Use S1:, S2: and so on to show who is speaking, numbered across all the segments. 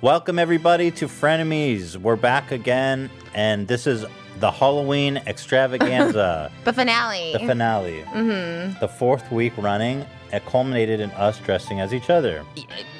S1: Welcome, everybody, to Frenemies. We're back again, and this is the Halloween extravaganza,
S2: The finale.
S1: the finale.
S2: Mm-hmm.
S1: The fourth week running, it culminated in us dressing as each other.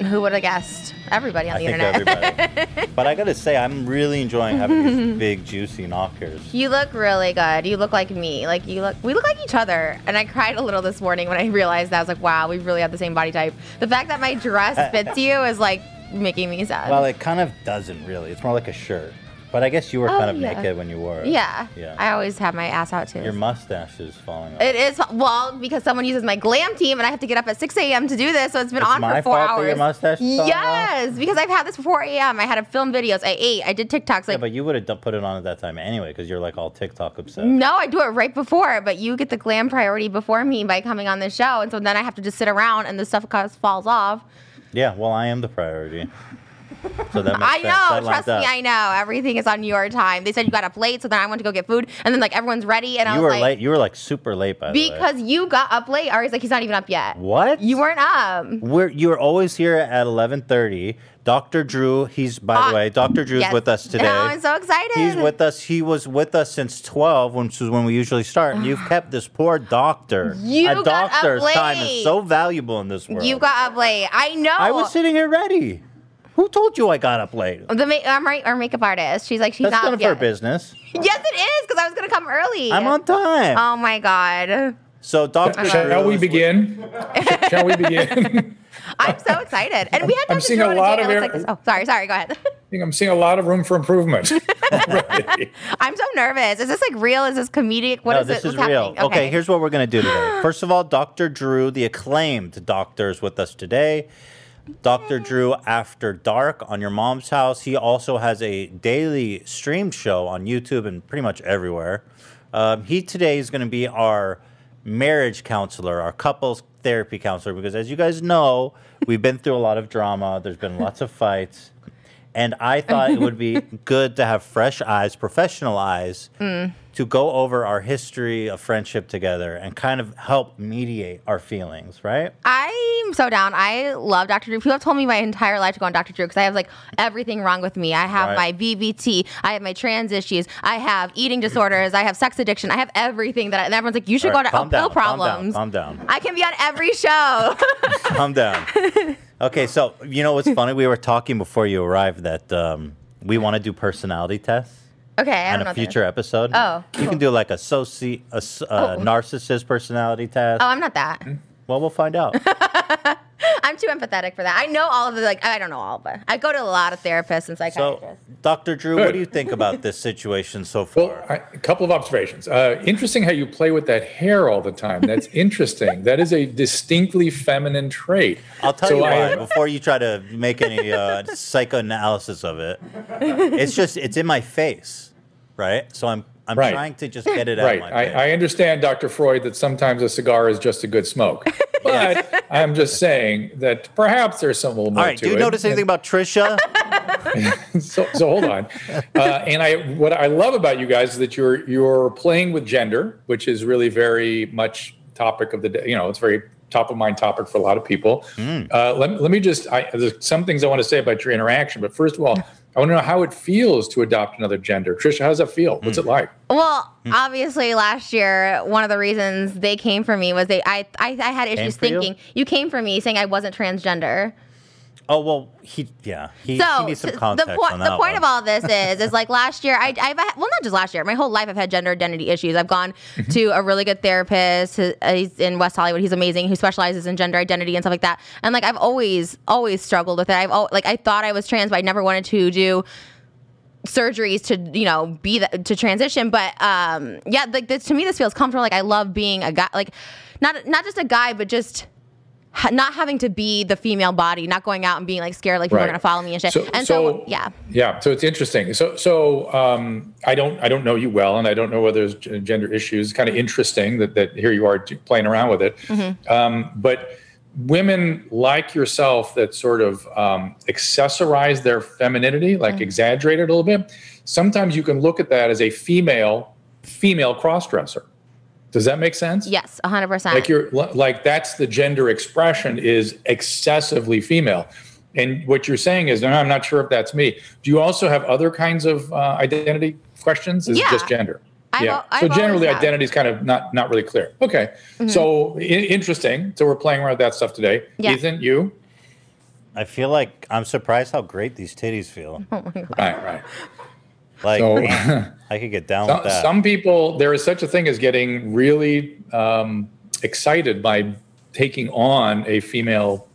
S2: Who would have guessed? Everybody on
S1: I
S2: the
S1: think
S2: internet.
S1: everybody. but I gotta say, I'm really enjoying having these big, juicy knockers.
S2: you look really good. You look like me. Like you look. We look like each other. And I cried a little this morning when I realized that I was like, wow, we really have the same body type. The fact that my dress fits you is like making me sad.
S1: Well, it kind of doesn't really. It's more like a shirt. But I guess you were
S2: Oh,
S1: kind of
S2: yeah.
S1: naked when you wore it.
S2: yeah.
S1: Yeah.
S2: I always have my ass out too.
S1: Your mustache is falling off.
S2: it is well because someone uses my glam team, and I have to get up at 6 a.m. to do this, so it's been
S1: It's
S2: on
S1: my
S2: for four
S1: fault
S2: hours.
S1: that your mustache is falling off?
S2: yes, because I've had this before 4 a.m. I had to film videos. I ate. I did TikToks. Like
S1: yeah, but you would have put it on at that time anyway, because you're like all TikTok obsessed.
S2: No, I do it right before, but you get the glam priority before me by coming on the show. And so then I have to just sit around and the stuff comes- falls off.
S1: Yeah, well, I am the priority. So that makes
S2: I
S1: sense. That
S2: know,
S1: lined
S2: trust me,
S1: up.
S2: I know. Everything is on your time. They said you got up late, so then I went to go get food. And then like everyone's ready. And I
S1: You
S2: was
S1: were
S2: like,
S1: late. You were like super late, by the way.
S2: because you got up late. Ari's like, he's not even up yet.
S1: what
S2: You weren't up.
S1: We're you were always here at eleven thirty. Doctor Drew, he's by
S2: Ah,
S1: the way, Doctor Drew's
S2: yes.
S1: with us
S2: No,
S1: today.
S2: I'm so excited.
S1: He's with us. He was with us since twelve, which is when we usually start. And you've kept this poor doctor.
S2: You
S1: a
S2: got up
S1: doctor's time is
S2: late.
S1: so valuable in this world.
S2: You got up late. I know.
S1: I was sitting here ready. Who told you I got up late?
S2: the ma- I'm right, our makeup artist. She's like, she's
S1: That's
S2: Um, not
S1: none
S2: up
S1: of
S2: yet.
S1: our business.
S2: Yes, it is, because I was gonna come early.
S1: I'm on time.
S2: Oh my god.
S1: so Doctor Drew,
S2: Shall
S1: is
S2: Sure,
S3: Shall we
S1: with-
S3: begin? Shall we begin?
S2: I'm so excited. And we had
S3: I'm
S2: Dr.
S3: seeing
S2: Drew
S3: a
S2: on
S3: lot
S2: date
S3: of
S2: that
S3: air-
S2: looks like this. Oh, sorry, sorry. Go ahead.
S3: I think I'm seeing a lot of room for improvement.
S2: I'm so nervous. Is this like real? Is this comedic? What
S1: no,
S2: is
S1: this
S2: it?
S1: is
S2: What's
S1: real.
S2: happening?
S1: Okay. here's what we're going to do today. First of all, Dr. Drew, the acclaimed doctor, is with us today. Dr. Drew After Dark on Your Mom's House. He also has a daily stream show on YouTube and pretty much everywhere. Um, he today is going to be our marriage counselor, our couples therapy counselor, because as you guys know, we've been through a lot of drama, there's been lots of fights. And I thought it would be good to have fresh eyes, professional eyes, to go over our history of friendship together and kind of help mediate our feelings, right?
S2: I'm so down. I love Dr. Drew. People have told me my entire life to go on Dr. Drew because I have like everything wrong with me. I have
S1: Right.
S2: my BBT. I have my trans issues. I have eating disorders. I have sex addiction. I have everything that. I, and everyone's like, you should
S1: All right,
S2: go to
S1: calm
S2: oh, pill
S1: down, calm down,
S2: problems.
S1: calm down.
S2: I can be on every show.
S1: Calm down. Okay, so you know what's funny? We were talking before you arrived that um, we want to do personality tests
S2: okay, I
S1: on
S2: don't know
S1: a
S2: what that is.
S1: future episode.
S2: Oh,
S1: you can do like a soci, a s- uh, narcissist personality test.
S2: Oh, I'm not that.
S3: Hmm?
S1: Well, we'll find out.
S2: I'm too empathetic for that. I know all of the like. I don't know all, but I go to a lot of therapists and psychiatrists.
S1: so, Dr. Drew, what
S3: Good.
S1: do you think about this situation so far?
S3: well, I, a couple of observations. Uh, interesting how you play with that hair all the time. That's interesting. that is a distinctly feminine trait.
S1: I'll tell
S3: So
S1: you why
S3: I-
S1: before you try to make any uh, psychoanalysis of it. It's just it's in my face, right? So I'm I'm
S3: Right.
S1: trying to just get it out
S3: Right.
S1: of my face.
S3: I, I understand, Dr. Freud, that sometimes a cigar is just a good smoke. But I'm just saying that perhaps there's some little more
S1: All right.
S3: to
S1: Do you
S3: it.
S1: notice
S3: And-
S1: anything about Trisha?
S3: so, so hold on. Uh, and I, what I love about you guys is that you're you're playing with gender, which is really very much topic of the day. You know, it's very top of mind topic for a lot of people. Uh, let, let me just I, there's some things I want to say about your interaction, but first of all, I want to know how it feels to adopt another gender. Trisha, how does that feel? What's it like?
S2: Well, obviously, last year one of the reasons they came for me was they I I, I had issues
S1: for you?
S2: thinking you? came for me saying I wasn't transgender.
S1: Oh well, he yeah he, he
S2: So
S1: needs some
S2: t-
S1: context
S2: the point
S1: on
S2: the
S1: that
S2: point
S1: one.
S2: of all this is is like last year I I've had- well not just last year my whole life I've had gender identity issues. I've gone
S1: Mm-hmm.
S2: to a really good therapist. who- uh, He's in West Hollywood. He's amazing. Who specializes in gender identity and stuff like that. And like I've always always struggled with it. I've al- like I thought I was trans, but I never wanted to do surgeries to you know be that to transition but um yeah like this to me this feels comfortable like i love being a guy like not not just a guy but just ha- not having to be the female body not going out and being like scared like people are
S3: Right.
S2: gonna follow me and shit
S3: So-
S2: and so
S3: so-
S2: yeah
S3: Yeah, so it's interesting. So, so um, I don't, I don't know you well, and I don't know whether there's g- gender issues. Kind of interesting that that here you are t- playing around with it.
S2: Mm-hmm.
S3: Um, but women like yourself that sort of um, accessorize their femininity, like
S2: Mm-hmm.
S3: exaggerate it a little bit. Sometimes you can look at that as a female, female crossdresser. Does that make sense?
S2: yes 100%
S3: like you're li- like that's the gender expression is excessively female And what you're saying is, no, I'm not sure if that's me. Do you also have other kinds of uh, identity questions? Is it
S2: Yeah.
S3: just gender?
S2: I've
S3: yeah.
S2: al- I've
S3: so
S2: always
S3: generally,
S2: had- Mm-hmm.
S3: identity is kind of not not really clear. Okay. So I- interesting. So we're playing around with that stuff today.
S2: Yeah.
S3: Ethan, you.
S1: I feel like I'm surprised how great these titties feel.
S3: Right. Right.
S1: Like
S3: So.
S1: I could get down
S3: Some,
S1: with that.
S3: some people, there is such a thing as getting really um, excited by taking on a female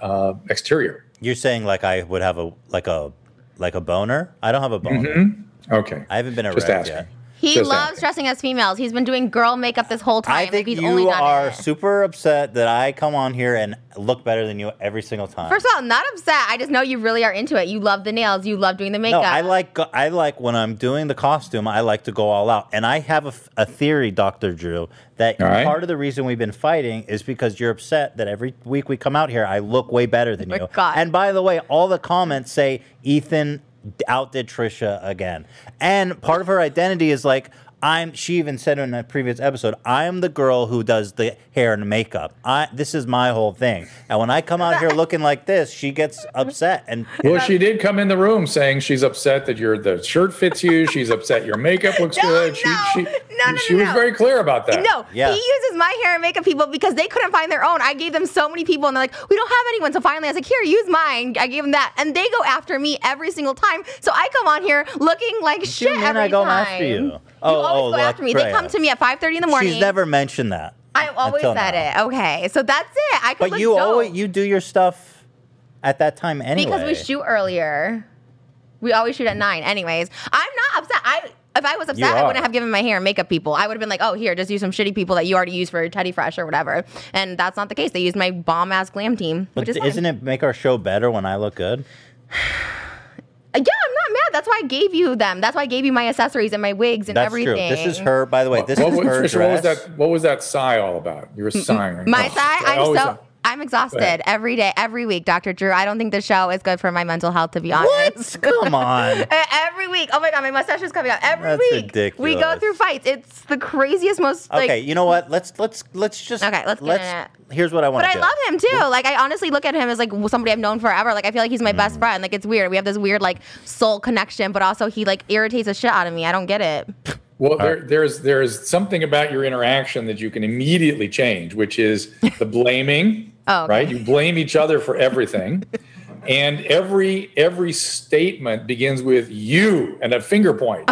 S3: uh, exterior.
S1: You're saying like I would have a like a like a boner? I don't have a boner.
S3: Okay.
S1: I haven't been
S3: Mm-hmm. Just
S1: erect
S3: asking.
S1: yet.
S2: He
S3: Just
S2: loves
S3: asking.
S2: dressing as females. He's been doing girl makeup this whole time.
S1: I
S2: Like,
S1: think
S2: he's only
S1: you
S2: done
S1: are
S2: it.
S1: super upset that I come on here and look better than you every single time.
S2: First of all, not upset. I just know you really are into it. You love the nails. You love doing the
S1: no,
S2: makeup.
S1: I like go- I like when I'm doing the costume. I like to go all out, and I have a, f- a theory, Doctor Drew, that
S3: All right.
S1: part of the reason we've been fighting is because you're upset that every week we come out here, I look way better than
S2: Oh my
S1: you.
S2: God.
S1: And by the way, all the comments say Ethan outdid Trisha again, and part of her identity is like. I'm. She even said in a previous episode, "I'm the girl who does the hair and makeup. I. This is my whole thing. And when I come out here looking like this, she gets upset. And
S3: Well, she did come in the room saying she's upset that your the shirt fits you. She's upset your makeup looks
S2: No,
S3: good. She,
S2: no.
S3: she,
S2: No, no,
S3: she
S2: no,
S3: was
S2: no.
S3: very clear about that.
S2: No,
S1: Yeah.
S2: he uses my hair and makeup people because they couldn't find their own. I gave them so many people, and they're like, "We don't have anyone." So finally, I was like, "Here, use mine." I gave them that, and they go after me every single time. So I come on here looking like shit
S1: you mean
S2: every
S1: I go
S2: time.
S1: after you?
S2: You
S1: Oh,
S2: always
S1: oh,
S2: go
S1: like,
S2: after me. They
S1: right.
S2: come to me at five thirty in the morning.
S1: She's never mentioned that.
S2: I've always
S1: until
S2: said
S1: now.
S2: it. Okay, so that's it. I could
S1: But
S2: look
S1: you
S2: dope
S1: always you do your stuff at that time anyway.
S2: because we shoot earlier. We always shoot at nine. Anyways, I'm not upset. I. If I was upset, I
S1: are.
S2: wouldn't have given my hair and makeup people. I would have been like, oh, here, just use some shitty people that you already use for Teddy Fresh or whatever. And that's not the case. They used my bomb ass glam team.
S1: But
S2: which is
S1: d-
S2: fine.
S1: isn't it make our show better when I look good?
S2: Yeah, I'm not mad. That's why I gave you them. That's why I gave you my accessories and my wigs and
S1: That's
S2: everything.
S1: true. This is her, by the way.
S3: What,
S1: This
S3: what
S1: is
S3: was,
S1: her
S3: Trisha, what was
S1: dress.
S3: that? What was that sigh all about? You were sighing.
S2: My
S3: Oh,
S2: side,
S3: I
S2: I'm
S3: always-
S2: so I'm
S3: ahead.
S2: exhausted every day, every week, Dr. Drew. I don't think the show is good for my mental health, to be honest.
S1: What? Come on.
S2: Uh, Every week. Oh my god, my mustache is coming out. Every
S1: That's
S2: week. We go
S1: ridiculous.
S2: through fights. It's the craziest, most like.
S1: okay, you know what? Let's let's let's just
S2: Okay, let's get in
S1: Here's what I want
S2: But
S1: to do.
S2: I love him too. Like I honestly look at him as like somebody I've known forever. Like I feel like he's my
S1: Mm.
S2: best friend. Like it's weird. We have this weird like soul connection, but also he like irritates the shit out of me. I don't get it.
S3: Well,
S1: Uh,
S3: there, there's there's something about your interaction that you can immediately change, which is the blaming.
S2: Oh, okay.
S3: right. You blame each other for everything, and every every statement begins with you and a finger point.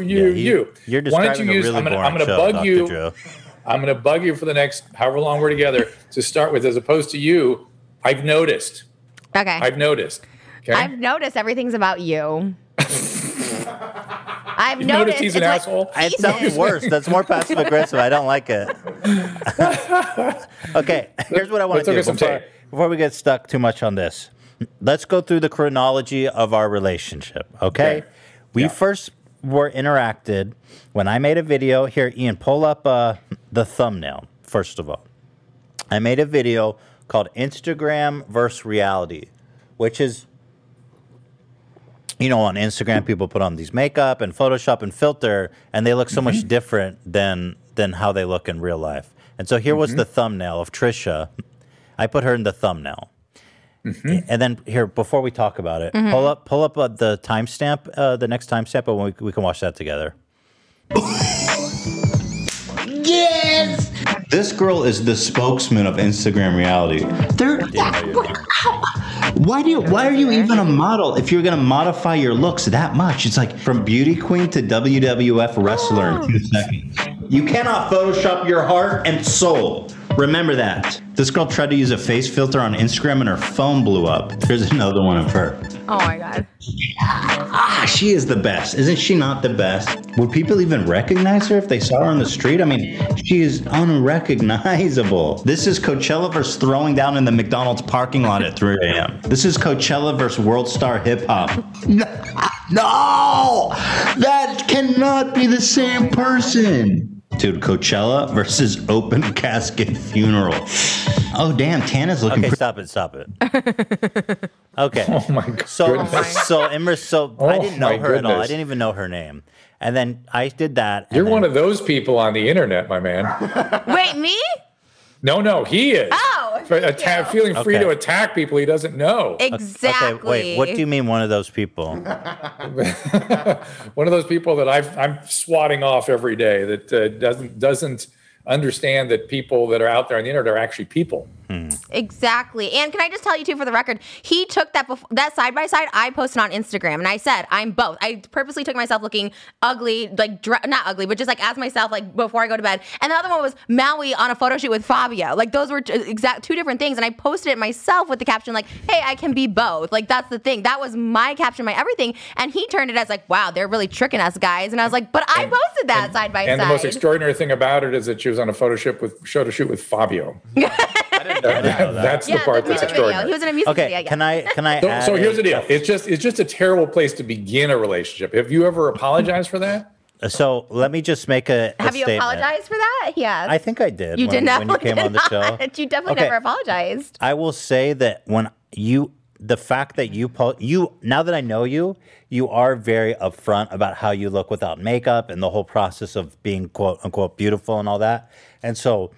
S3: you, you.
S1: Oh. You're
S3: Why don't
S1: describing
S3: you
S1: a
S3: use?
S1: really
S3: I'm gonna, I'm
S1: boring
S3: gonna
S1: show,
S3: bug
S1: Dr.
S3: you.
S1: Drew.
S3: I'm going to bug you for the next however long we're together to start with, as opposed to you. I've noticed.
S2: Okay.
S3: I've noticed. Okay.
S2: I've noticed everythed about you. I've
S3: You
S2: noticed.
S3: noticed he's an
S2: it's like-
S3: asshole.
S1: It sounds
S2: Jesus.
S1: worse. That's more passive aggressive. I don't like it. okay, here's what I want
S3: Let's
S1: to
S3: look
S1: do
S3: at some
S1: before,
S3: tape.
S1: before we get stuck too much on this. Let's go through the chronology of our relationship. Okay,
S3: Okay.
S1: we
S3: Yeah.
S1: first were interacted when I made a video. Here, Ian, pull up uh, the thumbnail first of all. I made a video called Instagram versus reality, which is you know, on Instagram, people put on these makeup and Photoshop and filter, and they look so much different than than how they look in real life. And so here was the thumbnail of Trisha. I put her in the thumbnail, and then here before we talk about it, pull up pull up uh, the timestamp, uh, the next timestamp, and we, we can watch that together.
S4: Yes.
S1: This girl is the spokesman of Instagram reality.
S4: Third. Why do? Why are you even a model if you're gonna modify your looks that much? It's like from beauty queen to WWF wrestler in two seconds. You cannot Photoshop your heart and soul. Remember that. This girl tried to use a face filter on Instagram and her phone blew up. Here's another one of her.
S2: Oh my god.
S4: Ah, she is the best. Isn't she not the best? Would people even recognize her if they saw her on the street? I mean, she is unrecognizable. This is Coachella versus throwing down in the McDonald's parking lot at 3 a.m. This is Coachella versus world star hip hop. No, no, that cannot be the same person. Dude, Coachella versus open casket funeral. Oh, damn, Tana's looking
S1: Okay,
S4: pretty.
S1: stop it, stop it. Okay.
S3: oh my god.
S1: So,
S2: my.
S1: so Imra, so I
S3: Oh
S1: didn't know
S3: my
S1: her at all. I
S3: goodness.
S1: didn't even know her name. And then I did that. and
S3: You're
S1: then-
S3: one of those people on the internet, my man.
S2: Wait, me?
S3: No, no, he is.
S1: Ah!
S2: Oh. know.
S3: But atta-
S2: Thank you.
S3: feeling free
S1: Okay.
S3: to attack people he doesn't know.
S2: Exactly.
S1: Okay, wait. What do you mean one of those people?
S3: One of those people that I've, I'm swatting off every day that uh, doesn't doesn't understand that people that are out there on the internet are actually people.
S2: Exactly. And can I just tell you too, for the record, he took that bef- that side by side I posted on Instagram, and I said I'm both. I purposely took myself looking ugly, like dre- not ugly, but just like as myself, like before I go to bed. And the other one was Maui on a photo shoot with Fabio. Like those were t- exact two different things, and I posted it myself with the caption like, "Hey, I can be both." Like that's the thing. That was my caption, my everything. And he turned it as like, "Wow, they're really tricking us, guys." And I was like, "But I posted that side by
S3: And the most
S2: side."
S3: extraordinary thing about it is that she was on a photo shoot with photo shoot with Fabio. That's the
S2: Yeah,
S3: part
S2: the
S3: that's
S2: music video. He
S3: extraordinary.
S2: was in a music video.
S1: Okay,
S2: yeah.
S1: can I can I
S3: So,
S1: add
S3: so here's the
S1: a-
S3: deal. It's just it's just a terrible place to begin a relationship. Have you ever apologized for that?
S1: So let me just make a, a
S2: Have you
S1: statement.
S2: apologized for that? Yes.
S1: I think I did.
S2: You
S1: when,
S2: did not.
S1: when you came
S2: did
S1: on the show.
S2: not. You definitely
S1: Okay.
S2: never apologized.
S1: I will say that when you the fact that you po- you now that I know you, you are very upfront about how you look without makeup and the whole process of being quote unquote beautiful and all that. And so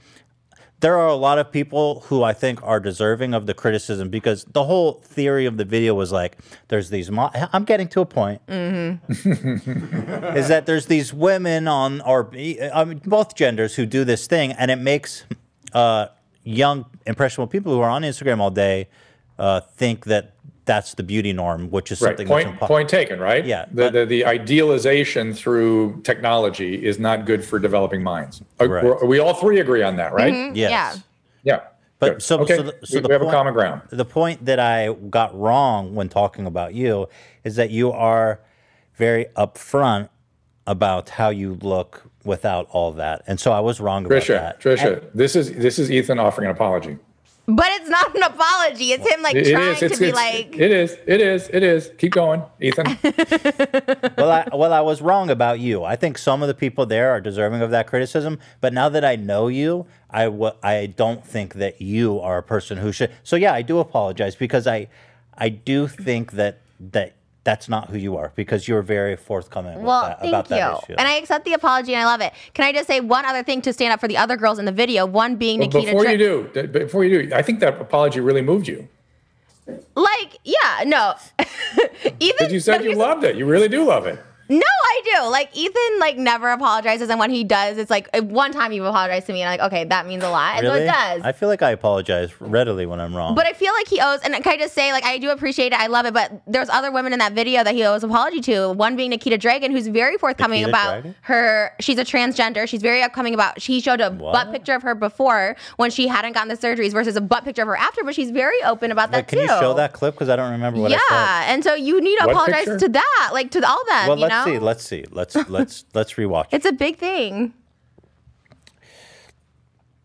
S1: there are a lot of people who I think are deserving of the criticism because the whole theory of the video was like, there's these. Mo- I'm getting to a point.
S3: Mm-hmm.
S1: is that there's these women on or I mean, both genders who do this thing, and it makes uh, young impressionable people who are on Instagram all day uh, think that that's the beauty norm, which is
S3: Right.
S1: something
S3: Point
S1: that's impo-
S3: point taken. Right.
S1: Yeah,
S3: The,
S1: but-
S3: the the idealization through technology is not good for developing minds. Are-
S1: Right.
S3: we're- we all three agree on that, right?
S1: Yes.
S2: Yeah.
S3: Yeah.
S1: But
S3: Good.
S1: so,
S3: okay.
S1: so, the, so
S3: we,
S1: the
S3: we have
S1: point,
S3: a common ground.
S1: The point that I got wrong when talking about you is that you are very upfront about how you look without all that, and so I was wrong about
S3: Trisha,
S1: that.
S3: Trisha, this is this is Ethan offering an apology.
S2: But it's not an apology. It's him like
S3: It- it
S2: trying
S3: is.
S2: to
S3: It's,
S2: be
S3: it's,
S2: like.
S3: it is. It is. It is. Keep going, Ethan.
S1: well, I, well, I was wrong about you. I think some of the people there are deserving of that criticism. But now that I know you, I w- I don't think that you are a person who should. So yeah, I do apologize because I I do think that that that's not who you are because you're very forthcoming with
S2: well,
S1: that,
S2: thank
S1: about
S2: you.
S1: that issue.
S2: And I accept the apology and I love it. Can I just say one other thing to stand up for the other girls in the video? One being Nikita.
S3: before you
S2: Dre-
S3: do, d- before you do, I think that apology really moved you
S2: Like, yeah, no. Ethan.
S3: because you said
S2: no,
S3: you
S2: here's-
S3: loved it. You really do love it.
S2: No, I do. Like Ethan, like never apologizes, and when he does, it's like one time you've apologized to me, and I'm like, okay, that means a lot, and so
S1: really,
S2: it does.
S1: I feel like I apologize readily when I'm wrong.
S2: But I feel like he owes, and can I just say, like, I do appreciate it. I love it. But there's other women in that video that he owes apology to. One being Nikita Dragon, who's very forthcoming
S1: Nikita
S2: about
S1: Dragan?
S2: her. She's a transgender. She's very upcoming about. She showed a butt picture of her before when she hadn't gotten the surgeries versus a butt picture of her after. But she's very open about
S1: Wait,
S2: that
S1: can
S2: too.
S1: you show that clip because I don't remember what
S2: yeah,
S1: I said.
S2: and so you need to
S3: What
S2: apologize
S3: picture?
S2: to that, like to all them.
S1: Well,
S2: you
S1: let's
S2: know?
S1: see. Let's see. Let's let's let's rewatch.
S2: It's a big thing.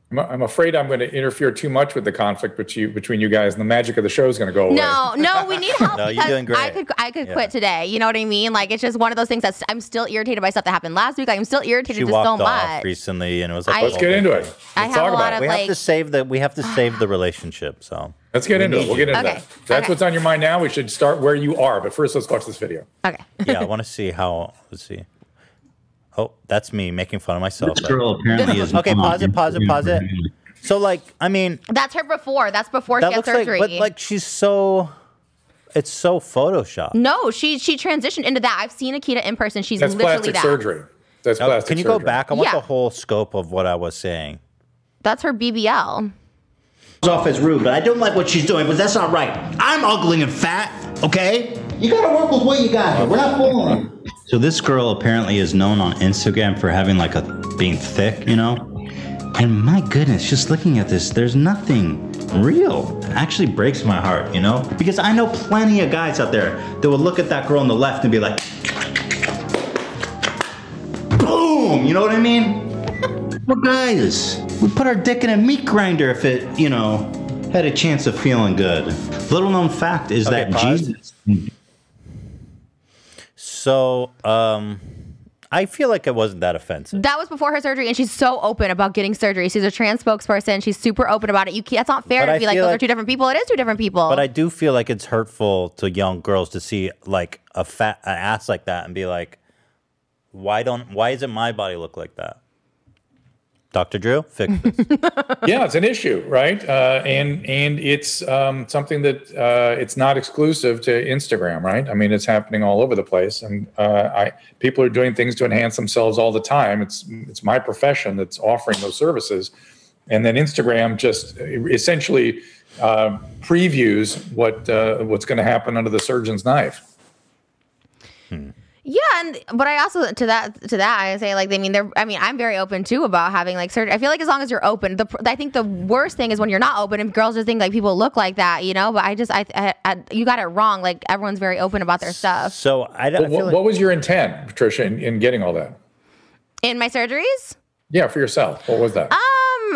S3: I'm, I'm afraid I'm going to interfere too much with the conflict between you, between you guys, and the magic of the show is going to go away.
S2: No, no, we need help.
S1: No, you're
S2: because
S1: doing great.
S2: I could, I could
S1: Yeah.
S2: quit today. You know what I mean? Like it's just one of those things that's I'm still irritated by stuff that happened last week. Like, I'm still irritated
S1: she
S2: just
S1: walked
S2: so
S1: off
S2: much.
S1: recently, and it was like
S2: I-
S1: the
S3: Let's
S1: whole
S3: get
S1: big
S3: into it.
S1: thing.
S2: I
S3: Let's
S2: have
S3: talk
S2: a lot
S3: about
S2: of-
S3: it.
S1: We have to
S2: like-
S1: save the we have to save the relationship. So
S3: Let's get into it. We'll get into
S2: Okay.
S3: that. That's
S2: Okay.
S3: what's on your mind now. We should start where you are, but first let's watch this video.
S2: Okay.
S1: yeah, I want to see how. Let's see. Oh, that's me making fun of myself.
S4: This girl apparently is
S1: Okay,
S4: on
S1: pause it, pause it,
S4: Instagram
S1: pause it.
S4: for me.
S1: So like, I mean,
S2: That's her before. That's before
S1: that
S2: she had
S1: looks like,
S2: surgery.
S1: but like she's so, it's so photoshopped.
S2: no, she she transitioned into that. I've seen Akita in person. She's
S3: That's
S2: literally
S3: plastic
S2: that.
S3: surgery. That's
S1: Oh,
S3: plastic.
S1: Can you go
S3: surgery.
S1: back? I want
S2: Yeah.
S1: the whole scope of what I was saying.
S2: That's her BBL.
S4: Comes off as rude, but I don't like what she's doing, but that's not right. I'm ugly and fat, okay? You gotta work with what you got here. We're not fooling. So this girl apparently is known on Instagram for having like a being thick, you know? And my goodness, just looking at this, there's nothing real. It actually breaks my heart, you know? Because I know plenty of guys out there that would look at that girl on the left and be like, boom, you know what I mean? We're guys. We put our dick in a meat grinder if it, you know, had a chance of feeling good. Little known fact is
S1: Okay,
S4: that
S1: pause.
S4: Jesus.
S1: So, um, I feel like it wasn't that offensive.
S2: That was before her surgery, and she's so open about getting surgery. She's a trans spokesperson. She's super open about it. You can't, that's not fair
S1: But
S2: to
S1: I
S2: be like
S1: feel
S2: those are
S1: like-
S2: two different people. It is two different people.
S1: But I do feel like it's hurtful to young girls to see like a fat an ass like that and be like, why don't why doesn't my body look like that? Dr. Drew, fix this.
S3: yeah, it's an issue, right? Uh, and and it's um, something that uh, it's not exclusive to Instagram, right? I mean, it's happening all over the place, and uh, I people are doing things to enhance themselves all the time. It's it's my profession that's offering those services, and then Instagram just essentially uh, previews what uh, what's going to happen under the surgeon's knife.
S2: Yeah, and but I also to that to that I say like they mean they're I mean I'm very open too about having like surgery. I feel like as long as you're open, the pr- I think the worst thing is when you're not open and girls just think like people look like that, you know. But I just I, I, I you got it wrong. Like everyone's very open about their stuff.
S1: So I don't. I
S3: What,
S1: feel like-
S3: what was your intent, Patricia, in, in getting all that?
S2: In my surgeries.
S3: Yeah, for yourself. What was that?
S2: Um.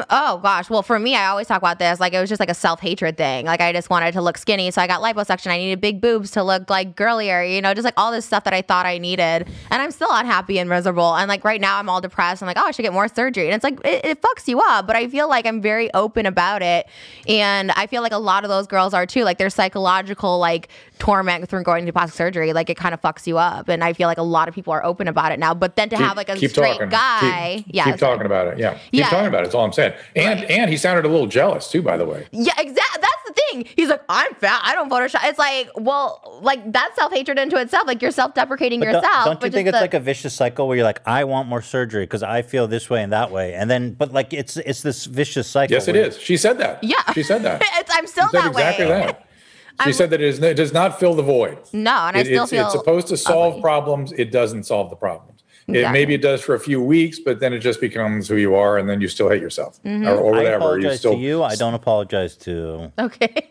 S2: Oh gosh. Well, for me, I always talk about this. Like it was just like a self hatred thing. Like I just wanted to look skinny, so I got liposuction. I needed big boobs to look like girlier. You know, just like all this stuff that I thought I needed. And I'm still unhappy and miserable. And like right now, I'm all depressed. I'm like, oh, I should get more surgery. And it's like it, it fucks you up. But I feel like I'm very open about it, and I feel like a lot of those girls are too. Like their psychological like torment through going to plastic surgery. Like it kind of fucks you up. And I feel like a lot of people are open about it now. But then to have like a straight guy,
S3: Keep,
S2: yeah,
S3: keep
S2: sorry.
S3: talking about it. Yeah, keep
S2: Yeah.
S3: talking about it. That's all I'm saying. And and he sounded a little jealous too, by the way.
S2: Yeah, exactly. That's the thing. He's like, I'm fat. I don't Photoshop. It's like, well, like that's self hatred into itself. Like you're self deprecating
S1: But don't-
S2: yourself.
S1: Don't, you
S2: which
S1: think
S2: is
S1: it's
S2: the-
S1: like a vicious cycle where you're like, I want more surgery because I feel this way and that way, and then but like it's it's this vicious cycle.
S3: Yes, it
S1: where-
S3: is. She said that.
S2: Yeah.
S3: she said that.
S2: It's- I'm still
S3: she said
S2: that
S3: exactly
S2: way.
S3: that. She said that it, is, it does not fill the void.
S2: No, and I
S3: It-
S2: still
S3: it's,
S2: feel
S3: it's supposed to solve
S2: ugly.
S3: problems. It doesn't solve the problems. It,
S2: Exactly.
S3: maybe it does for a few weeks, but then it just becomes who you are, and then you still hate yourself
S2: Mm-hmm.
S3: or, or
S1: I
S3: whatever. You
S1: apologize
S3: still
S1: to you. I don't apologize to
S2: Okay.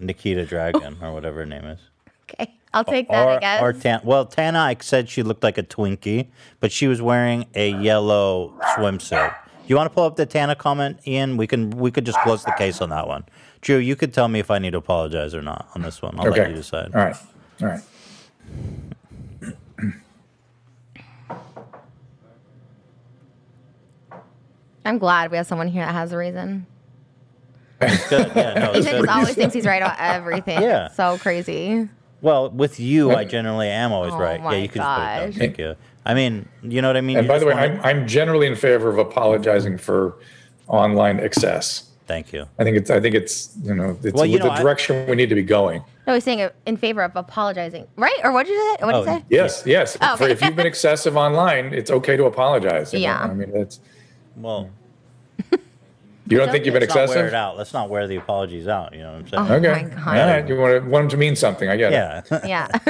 S1: Nikita Dragon or whatever her name is.
S2: Okay. I'll take that. I
S1: Or,
S2: guess.
S1: or Tan- well, Tana, I said she looked like a Twinkie, but she was wearing a yellow swimsuit. You want to pull up the Tana comment, Ian? We can we could just close the case on that one. Drew, you could tell me if I need to apologize or not on this one. I'll
S3: okay.
S1: let you decide.
S3: All right, all right.
S2: I'm glad we have someone here that has a reason.
S1: Good. Yeah, no,
S2: He
S1: it's
S2: just
S1: good.
S2: always thinks he's right about everything.
S1: Yeah.
S2: It's So crazy.
S1: Well, with you, I generally am always
S2: Oh
S1: right.
S2: my
S1: Yeah, you can just put it
S2: gosh.
S1: down. Thank you. I mean, you know what I mean.
S3: And
S1: You
S3: by
S1: just
S3: the way,
S1: wanna-
S3: I'm I'm generally in favor of apologizing for online excess.
S1: thank you.
S3: I think it's I think it's you know it's
S1: Well, you
S3: with
S1: know,
S3: the
S1: I-
S3: direction we need to be going.
S2: No, he's saying it in favor of apologizing, right? Or what did you say? What did
S1: Oh,
S2: you say?
S3: Yes, yes.
S2: Oh,
S3: For
S2: okay.
S3: if you've been excessive online, it's okay to apologize. you know?
S2: Yeah.
S3: I mean, it's
S1: Well,
S3: you don't think you've been
S1: let's not wear
S3: excessive.
S1: it out. Let's not wear the apologies out. You know what I'm saying?
S2: Oh
S3: Okay.
S2: my God.
S3: All right. You want, to, want them to mean something. I get it.
S1: Yeah.
S2: Yeah.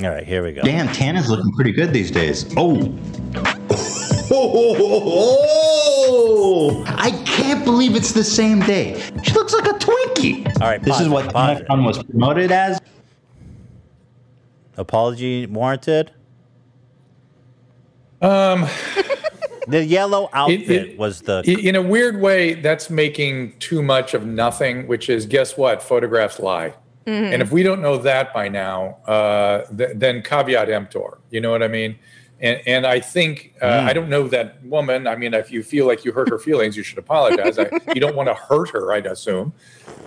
S1: All right, here we go.
S4: Damn, Tana's looking pretty good these days. Oh. Oh, I can't believe it's the same day. She looks like a Twinkie.
S1: All right,
S4: this
S1: pause
S4: is
S1: it,
S4: what
S1: pause
S4: Tana Fun was promoted as.
S1: Apology warranted.
S3: Um,
S1: The yellow outfit
S3: it-
S1: was the.
S3: i- in a weird way, that's making too much of nothing, which is guess what? Photographs lie. And if we don't know that by now, uh, th- then caveat emptor. You know what I mean? And, and I think uh,
S1: Mm.
S3: I don't know that woman. I mean, if you feel like you hurt her feelings, you should apologize. I, you don't want to hurt her, I'd assume.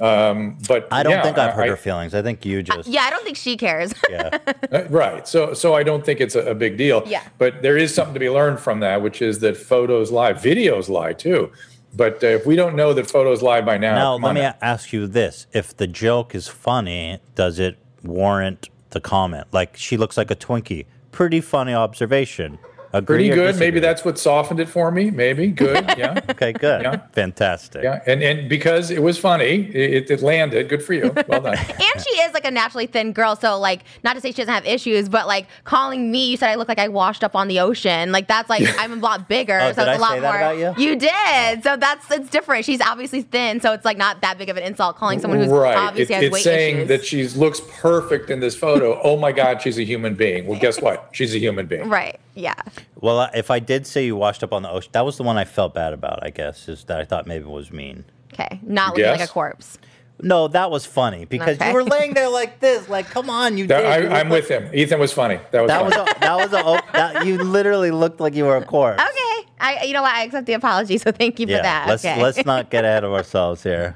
S3: Um, but
S1: I don't
S3: yeah,
S1: think I've
S3: I-
S1: hurt her feelings. I think you just.
S2: yeah. I don't think she cares.
S1: yeah.
S3: Uh, Right. So so I don't think it's a, a big deal.
S2: Yeah.
S3: But there is something to be learned from that, which is that photos lie, videos lie too. But uh, if we don't know that photos lie by now,
S1: Now
S3: come
S1: let
S3: on
S1: me
S3: now.
S1: ask you this: If the joke is funny, does it warrant the comment? Like she looks like a Twinkie. Pretty funny observation. Agree
S3: pretty
S1: or
S3: good. Maybe
S1: disagree?
S3: that's what softened it for me. Maybe good. Yeah.
S1: Okay, good.
S3: Yeah.
S1: Fantastic.
S3: Yeah. And and because it was funny, it, it landed. Good for you. Well done.
S2: and she is like a naturally thin girl so like not to say she doesn't have issues but like calling me you said i look like i washed up on the ocean like that's like i'm a lot bigger
S1: Oh,
S2: so
S1: did
S2: it's
S1: I
S2: a lot
S1: say that
S2: more
S1: about you?
S2: did so that's it's different she's obviously thin so it's like not that big of an insult calling someone who's
S3: right. It-
S2: obviously has
S3: it's
S2: weight
S3: saying
S2: issues
S3: that she looks perfect in this photo. oh my God, she's a human being. Well, guess what? She's a human being.
S2: right yeah
S1: Well, I- if I did say you washed up on the ocean, that was the one I felt bad about. I guess is that I thought maybe it was mean.
S2: okay not looking like
S3: Yes.
S2: a corpse
S1: No, that was funny because
S2: Okay.
S1: you were laying there like this. Like, come on, you.
S3: That-
S1: did. You
S3: I, I'm
S1: looked
S3: with him. Ethan was funny. That was
S1: like- That
S3: funny.
S1: was a, that was a oh, that, you literally looked like you were a corpse.
S2: okay i you know what i accept the apology so thank you for
S1: Yeah,
S2: that
S1: let's
S2: okay
S1: let's not get ahead of ourselves here.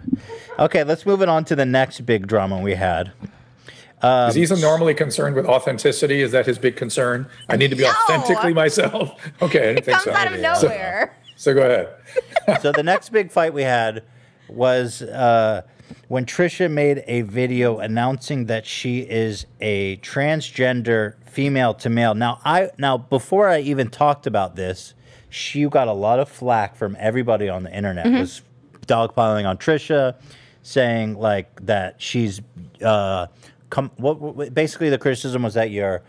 S1: Okay, let's move it on to the next big drama we had.
S3: is Isa normally concerned with authenticity? Is that his big concern? I need to be
S2: No.
S3: authentically myself. Okay, I didn't
S2: It
S3: think
S2: comes
S3: so.
S2: out of
S3: So-
S2: nowhere.
S3: so go ahead.
S1: so the next big fight we had was uh, when Trisha made a video announcing that she is a transgender female to male. Now I now before I even talked about this, she got a lot of flack from everybody on the internet
S2: Mm-hmm.
S1: was dogpiling on Trisha, saying like that she's uh, com- what, what basically the criticism was that you're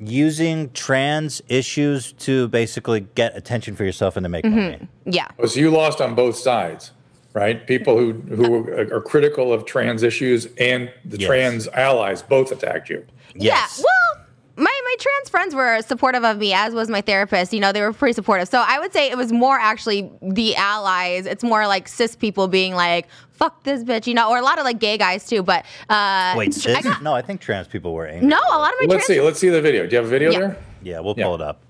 S1: using trans issues to basically get attention for yourself and to make
S2: Mm-hmm.
S1: money.
S2: yeah.
S3: Oh, So you lost on both sides, right? People who who are are critical of trans issues and the
S1: Yes.
S3: trans allies both attacked you.
S1: Yes.
S2: Yeah. Well, my, my trans friends were supportive of me, as was my therapist. You know, they were pretty supportive. So I would say it was more actually the allies. It's more like cis people being like, fuck this bitch, you know, or a lot of like gay guys too. But uh,
S1: Wait, sis? no, I think trans people were angry.
S2: no, a lot of my trans
S3: Let's see. Let's see the video. Do you have a video
S2: Yeah.
S3: there?
S1: Yeah, we'll
S3: Yeah.
S1: pull it up.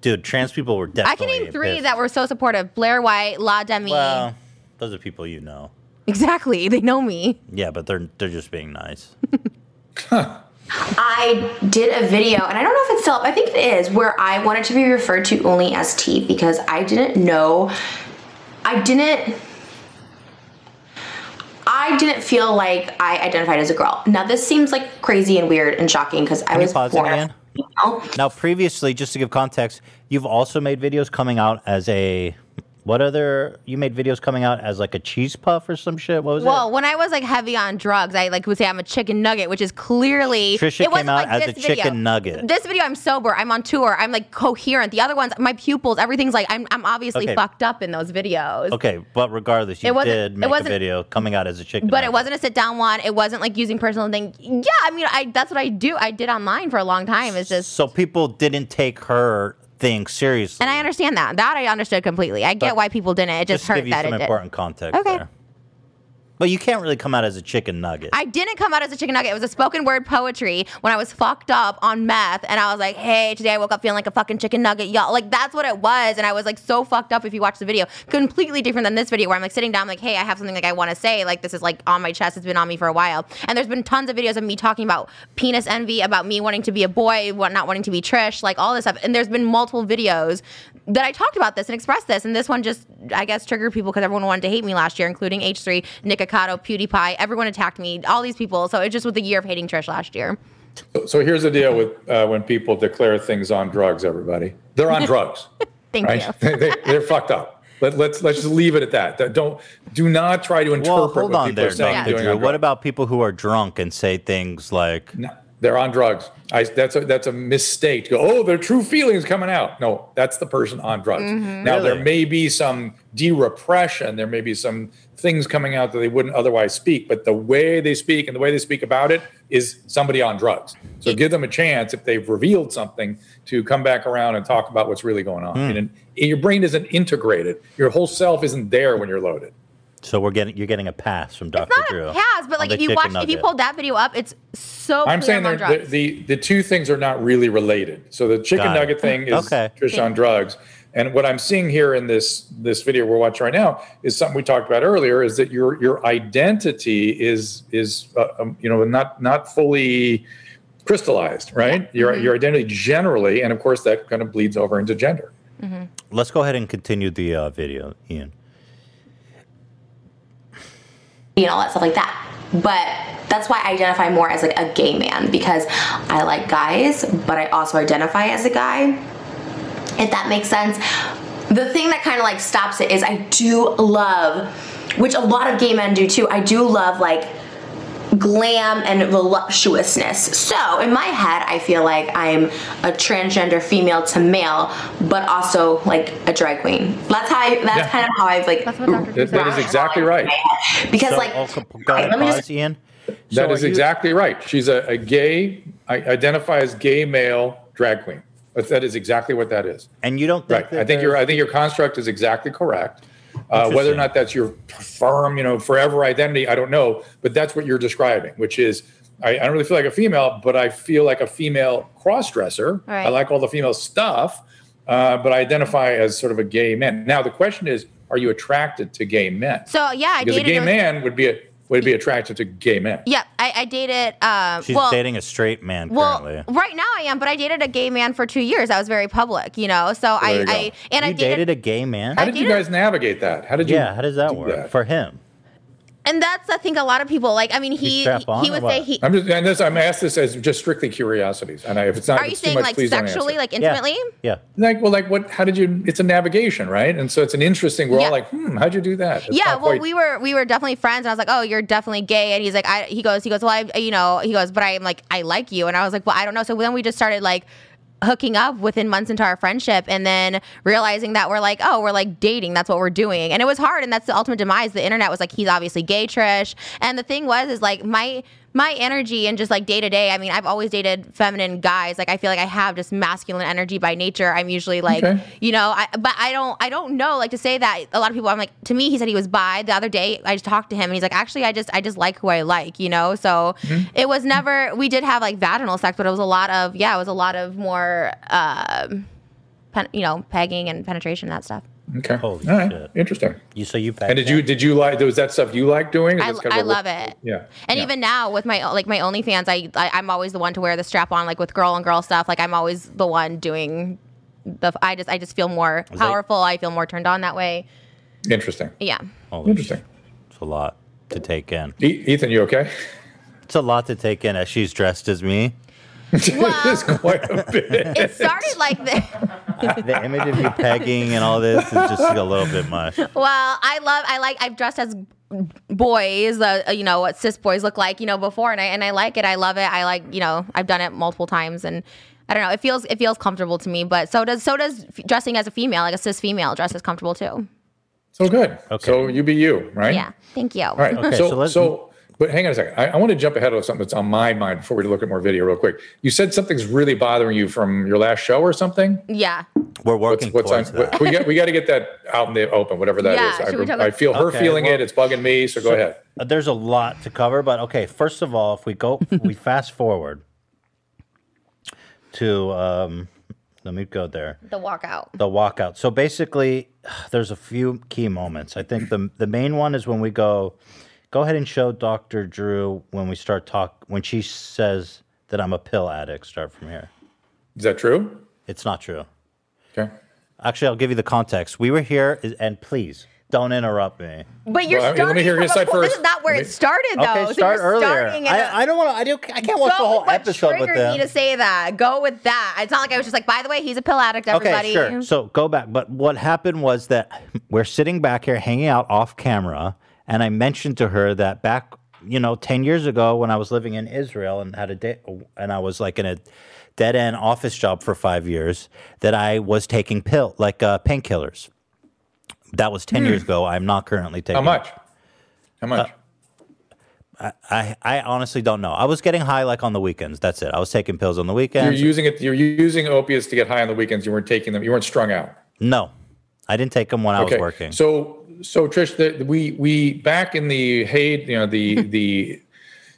S1: Dude, trans people were
S2: I
S1: definitely.
S2: can name three
S1: pissed.
S2: that were so supportive Blair White, La Demi.
S1: Well, those are people you know.
S2: Exactly. They know me.
S1: Yeah, but they're they're just being nice.
S5: I did a video, and I don't know if it's still up, I think it is, where I wanted to be referred to only as T because I didn't know, I didn't. I didn't feel like I identified as a girl. Now this seems like crazy and weird and shocking because I
S1: you
S5: was
S1: pause it
S5: born.
S1: again?
S5: you know?
S1: now, previously, just to give context, you've also made videos coming out as a what other? You made videos coming out as like a cheese puff or some shit. What was
S2: Well,
S1: it?
S2: when I was like heavy on drugs, I like would say I'm a chicken nugget, which is clearly
S1: Trisha
S2: it
S1: came
S2: wasn't
S1: out as
S2: this
S1: a chicken nugget.
S2: This video, I'm sober. I'm on tour. I'm like coherent. The other ones, my pupils, everything's like I'm I'm obviously
S1: Okay.
S2: fucked up in those videos.
S1: Okay, but regardless, you
S2: It wasn't-
S1: did
S2: it
S1: make a
S2: wasn't-
S1: video coming out as a chicken.
S2: But it
S1: nugget.
S2: wasn't a sit down one. It wasn't like using personal thing. Yeah, I mean, I that's what I do. I did online for a long time. It's just,
S1: So people didn't take her thing seriously.
S2: and I understand that. That I understood completely. I get
S1: But
S2: why people didn't. It just,
S1: Just to
S2: hurt
S1: give you
S2: that
S1: some
S2: it did.
S1: important context
S2: Okay.
S1: there. But you can't really come out as a chicken nugget.
S2: I didn't come out as a chicken nugget. It was a spoken word poetry when I was fucked up on meth, and I was like, "Hey, today I woke up feeling like a fucking chicken nugget, y'all." Like that's what it was, and I was like so fucked up. If you watch the video, completely different than this video where I'm like sitting down, like, "Hey, I have something like I want to say. Like this is like on my chest. It's been on me for a while." And there's been tons of videos of me talking about penis envy, about me wanting to be a boy, what not wanting to be Trish, like all this stuff. And there's been multiple videos that I talked about this and expressed this, and this one just I guess triggered people because everyone wanted to hate me last year, including H3, Nick Akato, PewDiePie. Everyone attacked me. All these people. So it just was the year of hating Trish last year.
S3: So, so here's the deal with uh, when people declare things on drugs. Everybody, they're on drugs,
S2: Thank
S3: right?
S2: you.
S3: they, they, they're fucked up. Let, let's let's just leave it at that. That- Don't do not try to interpret
S1: well, hold
S3: what
S1: on
S3: people
S1: there,
S3: are saying.
S1: Dr.
S3: doing
S1: Drew.
S3: on
S1: What
S3: drugs.
S1: about people who are drunk and say things like,
S3: No, they're on drugs. I, that's a that's a mistake. To go, oh, their true feelings coming out. No, that's the person on drugs. Now
S1: Really?
S3: there may be some de-repression. There may be some things coming out that they wouldn't otherwise speak, but the way they speak and the way they speak about it is somebody on drugs. So give them a chance if they've revealed something to come back around and talk about what's really going on. And, and your brain isn't integrated. Your whole self isn't there when you're loaded.
S1: "So we're getting you're getting a pass from Dr.
S2: It's not
S1: Drew"?
S2: a pass, but
S1: on
S2: like
S1: the
S2: if you
S1: chicken
S2: watch, if you
S1: nugget.
S2: pulled that video up, it's so.
S3: I'm
S2: clear
S3: saying
S2: I'm on
S3: they're, the,
S2: drugs.
S3: the the two things are not really related. So the chicken
S1: Got it.
S3: nugget thing is
S1: Okay.
S3: Trish on drugs, and what I'm seeing here in this this video we're watching right now is something we talked about earlier. Is that your your identity is is uh, um, you know not not fully crystallized, right? Your your identity generally, and of course that kind of bleeds over into gender.
S1: Let's go ahead and continue the uh, video, Ian.
S5: and all that stuff like that. But that's why I identify more as like a gay man because I like guys, but I also identify as a guy. If that makes sense. The thing that kind of like stops it is I do love, which a lot of gay men do too. I do love like glam and voluptuousness. So in my head, I feel like I'm a transgender female to male, but also like a drag queen. That's how I. That's
S3: Yeah.
S5: kind of how I've like.
S2: That's what Dr. Drew
S3: That- that is
S2: said.
S3: exactly right.
S5: Because
S1: So,
S5: like,
S1: oh, c- go ahead,
S5: let me
S1: pause,
S5: just
S1: Ian.
S3: That is
S1: So are you-
S3: exactly right. She's a, a gay, I identify as gay male drag queen. That- that is exactly what that is.
S1: And you don't think
S3: Right.
S1: that
S3: I think your
S1: there's-
S3: I think your construct is exactly correct. Uh, whether or not that's your firm, you know, forever identity, I don't know, but that's what you're describing, which is I, I don't really feel like a female, but I feel like a female cross-dresser.
S2: Right.
S3: I like all the female stuff, uh, but I identify as sort of a gay man. Now the question is, are you attracted to gay men?
S2: So yeah, I
S3: because a
S2: dated
S3: gay
S2: him.
S3: man would be a would be attractive to gay men.
S2: Yep, I, I dated. Um,
S1: She's
S2: well,
S1: dating a straight man
S2: Well,
S1: currently.
S2: right now I am, but I dated a gay man for two years. I was very public, you know. So
S3: there
S2: I,
S3: you go.
S2: I and I
S1: you
S2: dated,
S1: dated a gay man?
S3: How did you
S2: dated-
S3: guys navigate that? How did you?
S1: yeah, how does that
S3: do
S1: work for him?
S2: and that's I think a lot of people like. I mean, he
S1: strap on
S2: he
S1: or
S2: would
S1: what?
S2: say he.
S3: I'm just, and this, I'm asked this as just strictly curiosities, and I, if it's not,
S2: Are
S3: if
S2: you
S3: it's too
S2: saying
S3: much,
S2: like
S3: please don't answer.
S2: sexually, like
S1: Yeah.
S2: intimately?
S1: Yeah.
S3: like well like what how did you it's a navigation right and so it's an interesting we're
S2: Yeah.
S3: all like hmm how'd you do that It's
S2: yeah
S3: not
S2: well
S3: quite-
S2: we were we were definitely friends and i was like oh you're definitely gay and he's like i he goes he goes well i you know he goes but i'm like i like you and i was like well i don't know so then we just started like hooking up within months into our friendship and then realizing that we're like oh we're like dating that's what we're doing and it was hard and that's the ultimate demise the internet was like he's obviously gay trish and the thing was is like my my energy and just like day to day i mean i've always dated feminine guys like i feel like i have just masculine energy by nature i'm usually like
S3: Okay.
S2: you know I, but i don't i don't know like to say that a lot of people i'm like to me he said he was bi the other day i just talked to him and he's like actually i just i just like who i like you know so it was never we did have like vaginal sex but it was a lot of yeah it was a lot of more um pen, you know pegging and penetration and that stuff
S3: okay
S1: Holy
S3: all right
S1: shit.
S3: interesting
S1: You so you
S3: and did you did you like was that stuff you like doing or
S2: I,
S3: was kind of
S2: I
S3: a-
S2: love it
S3: yeah
S2: And
S3: yeah.
S2: even now with my like my OnlyFans, I, I I'm always the one to wear the strap on like with girl and girl stuff. Like I'm always the one doing the. I just I just feel more
S1: that-
S2: powerful. I feel more turned on that way.
S3: interesting
S2: Yeah.
S1: Holy shit.
S3: interesting
S1: It's a lot to take in.
S3: E- ethan you okay
S1: It's a lot to take in as she's dressed as me.
S3: it is quite a bit
S2: It started like this.
S1: The image of you pegging and all this is just a little bit much.
S2: Well, I love. I like. I've dressed as boys. Uh, you know what cis boys look like. You know before, and I and I like it. I love it. I like. You know, I've done it multiple times, and I don't know. It feels it feels comfortable to me. But so does so does f- dressing as a female, like a cis female, dress is comfortable
S3: Mm.
S2: too.
S3: so good
S1: Okay.
S3: so you be you right
S2: Yeah. Thank you.
S3: all right
S1: Okay,
S3: so
S1: so
S3: so,
S1: let's-
S3: but hang on a second. I, I want to jump ahead of something that's on my mind before we look at more video real quick. You said something's really bothering you from your last show or something.
S2: Yeah.
S1: We're
S3: What's,
S1: working
S3: what's on?
S1: towards
S3: What,
S1: that.
S3: we got we got to get that out in the open, whatever that
S2: Yeah,
S3: is.
S2: should we talk
S3: I, I
S2: about-
S3: feel her
S1: Okay,
S3: feeling
S1: well-
S3: it. It's bugging me. So, go ahead.
S1: Uh, There's a lot to cover, but okay. First of all, if we go, we fast forward to. Um, let me go there.
S2: The walkout.
S1: the walkout. So basically, there's a few key moments. I think the the main one is when we go, go ahead and show Doctor Drew when we start talk when she says that I'm a pill addict. Start from here.
S3: Is that true?
S1: It's not true.
S3: Okay.
S1: Actually, I'll give you the context. We were here, and please don't interrupt me.
S2: But you're
S3: Well, I mean,
S2: starting.
S3: let me hear
S2: from
S3: his
S2: a
S3: side
S2: po- This
S3: first.
S2: is not where
S3: Let
S2: it
S3: me-
S2: started, though.
S1: okay,
S2: So
S1: start
S2: you're
S1: earlier.
S2: starting at a-
S1: I, I don't want to. I do. I can't watch
S2: Go
S1: the whole
S2: with what
S1: episode with
S2: triggered
S1: them.
S2: me to say that. Go with that. It's not like I was just like, by the way, he's a pill addict. Everybody.
S1: Okay, sure. So go back. But what happened was that we're sitting back here hanging out off camera, and I mentioned to her that back, you know, ten years ago when I was living in Israel and had a day, and I was like in a dead end office job for five years, that I was taking pill like uh, painkillers. That was ten years ago. I'm not currently taking.
S3: How
S1: it.
S3: much? How much?
S1: I I honestly don't know. I was getting high like on the weekends. That's it. I was taking pills on the
S3: you're
S1: weekends.
S3: using it. You're using opiates to get high on the weekends. You weren't taking them. You weren't strung out.
S1: no, I didn't take them when I was working.
S3: So, so Trish, the, we we back in the hay, you know, the the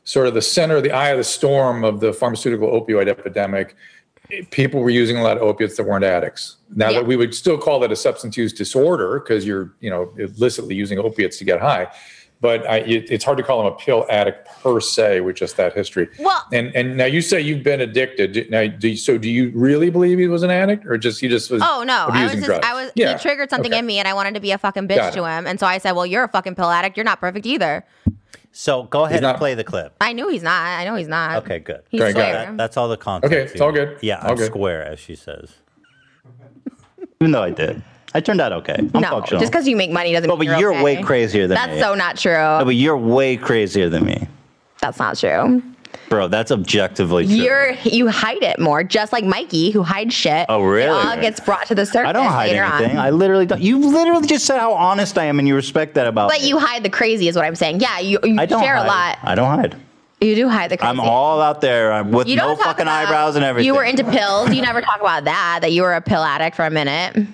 S3: sort of the center, the eye of the storm of the pharmaceutical opioid epidemic. eh, People were using a lot of opiates that weren't addicts. Now
S2: Yeah.
S3: that we would still call that a substance use disorder because you're, you know, illicitly using opiates to get high. But I, it, it's hard to call them a pill addict per se with just that history.
S2: Well-
S3: and and now you say you've been addicted. Do- Now, do you, so do you really believe he was an addict, or just he just was?
S2: Oh no! I was
S3: abusing
S2: just
S3: drugs?
S2: I was
S3: Yeah.
S2: he triggered something
S3: Okay.
S2: in me, and I wanted to be a fucking
S3: Got
S2: bitch
S3: it.
S2: to him, and so I said, "Well, you're a fucking pill addict. You're not perfect either."
S1: so go ahead and
S3: not-
S1: play the clip.
S2: I knew he's not. I know he's not.
S1: Okay, good.
S2: He's
S3: Okay, got it.
S2: square.
S1: That- that's all the context.
S3: Okay, it's all
S1: you need.
S3: good.
S1: Yeah,
S3: All
S1: I'm
S3: good.
S1: square, as she says.
S4: Even though I did, I turned out okay. I'm
S2: no,
S4: functional.
S2: just because you make money doesn't.
S4: No,
S2: mean
S4: but
S2: you're,
S4: you're
S2: okay.
S4: way crazier than
S2: That's
S4: me.
S2: so not true.
S4: No, but you're way crazier than me,
S2: that's not true.
S4: bro. That's objectively true.
S2: You're you hide it more, just like Mikey who hides shit.
S4: Oh, really?
S2: It all gets brought to the surface.
S4: I don't hide
S2: later on.
S4: anything. I literally don't. You literally just said how honest I am, and you respect that about
S2: But
S4: me.
S2: you hide the crazy, is what I'm saying. Yeah, you, you
S4: I don't
S2: share
S4: hide.
S2: a lot.
S4: I don't hide.
S2: You do hide the crazy.
S4: I'm all out there uh, with
S2: You
S4: no
S2: don't talk
S4: fucking
S2: about-
S4: eyebrows and everything.
S2: You were into pills. You never talk about that. That you were a pill addict for a minute.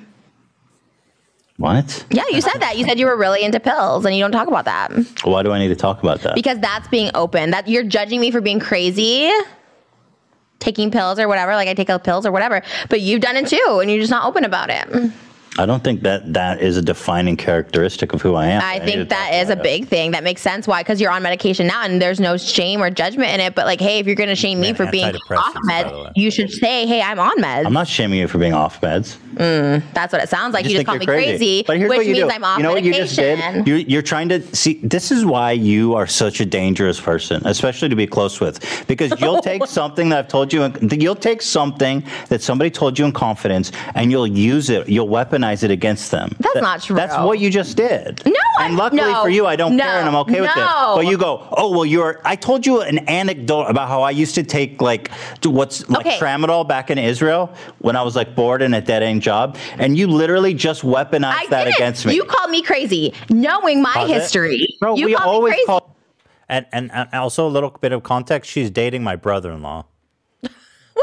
S4: what?
S2: Yeah, you said that. You said you were really into pills, and you don't talk about that
S4: Why do I need to talk about that?
S2: because that's being open. That you're judging me for being crazy, taking pills or whatever. Like I take pills or whatever, but you've done it too, and you're just not open about it.
S4: I don't think that that is a defining characteristic of who I am.
S2: I
S4: need to
S2: think that
S4: talk
S2: is a
S4: about it.
S2: big thing. That makes sense. Why? Because you're on medication now, and there's no shame or judgment in it. But like, hey, if you're going to shame me
S1: Man,
S2: for being off
S1: antidepressants, by the way.
S2: meds, you should say, hey, I'm on meds.
S4: I'm not shaming you for being off meds.
S2: That's what it sounds like.
S4: I
S2: you just
S4: think
S2: call
S4: you're
S2: me crazy,
S4: But here's
S2: which
S4: what you
S2: means
S4: do.
S2: I'm off
S4: you know
S2: medication.
S4: what you just did? You, you're trying to see. This is why you are such a dangerous person, especially to be close with, because you'll take something that I've told you. in- You'll take something that somebody told you in confidence, and you'll use it. You'll weaponize it against them.
S2: That's not true.
S4: That's what you just did.
S2: No, I-
S4: and luckily
S2: no,
S4: for you, I don't
S2: no,
S4: care, and I'm okay with it.
S2: no.
S4: But you go, oh well, you're. I told you an anecdote about how I used to take like to what's like
S2: Okay.
S4: tramadol back in Israel when I was like bored and a dead end job, and you literally just weaponized
S2: I
S4: that
S2: didn't.
S4: against me.
S2: You called me crazy, knowing my
S4: Pause it.
S2: history.
S4: Bro,
S2: you
S4: we
S2: called me
S4: always
S2: crazy.
S4: call.
S1: And, and and also a little bit of context. She's dating my brother-in-law
S2: What's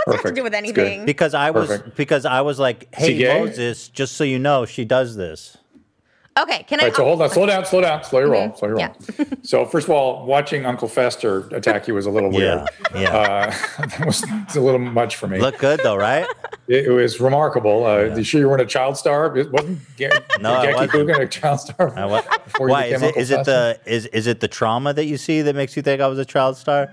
S2: that to
S3: Perfect.
S2: do with
S3: It's good.
S2: anything?
S1: because I was
S3: Perfect.
S1: because I was like,
S3: he
S1: hey
S3: gay?
S1: Moses, just so you know, she does this.
S2: Okay, can I? Oh,
S3: All right, so hold on, slow down, slow down, slow your roll, slow your roll.
S2: Mm-hmm. Yeah.
S3: so first of all, watching Uncle Fester attack you was a little weird.
S1: Yeah, yeah.
S3: Uh, that was it's a little much for me.
S1: Look good though, right?
S3: It, it was remarkable. Uh, You sure you weren't a child star? It wasn't Ga-
S1: No, I
S3: Jackie
S1: wasn't.
S3: Coogan a child star?
S1: Uh, what-
S3: before you
S1: Why is
S3: became
S1: it?
S3: Uncle
S1: Is it
S3: Fester?
S1: the is is it the trauma that you see that makes you think I was a child star?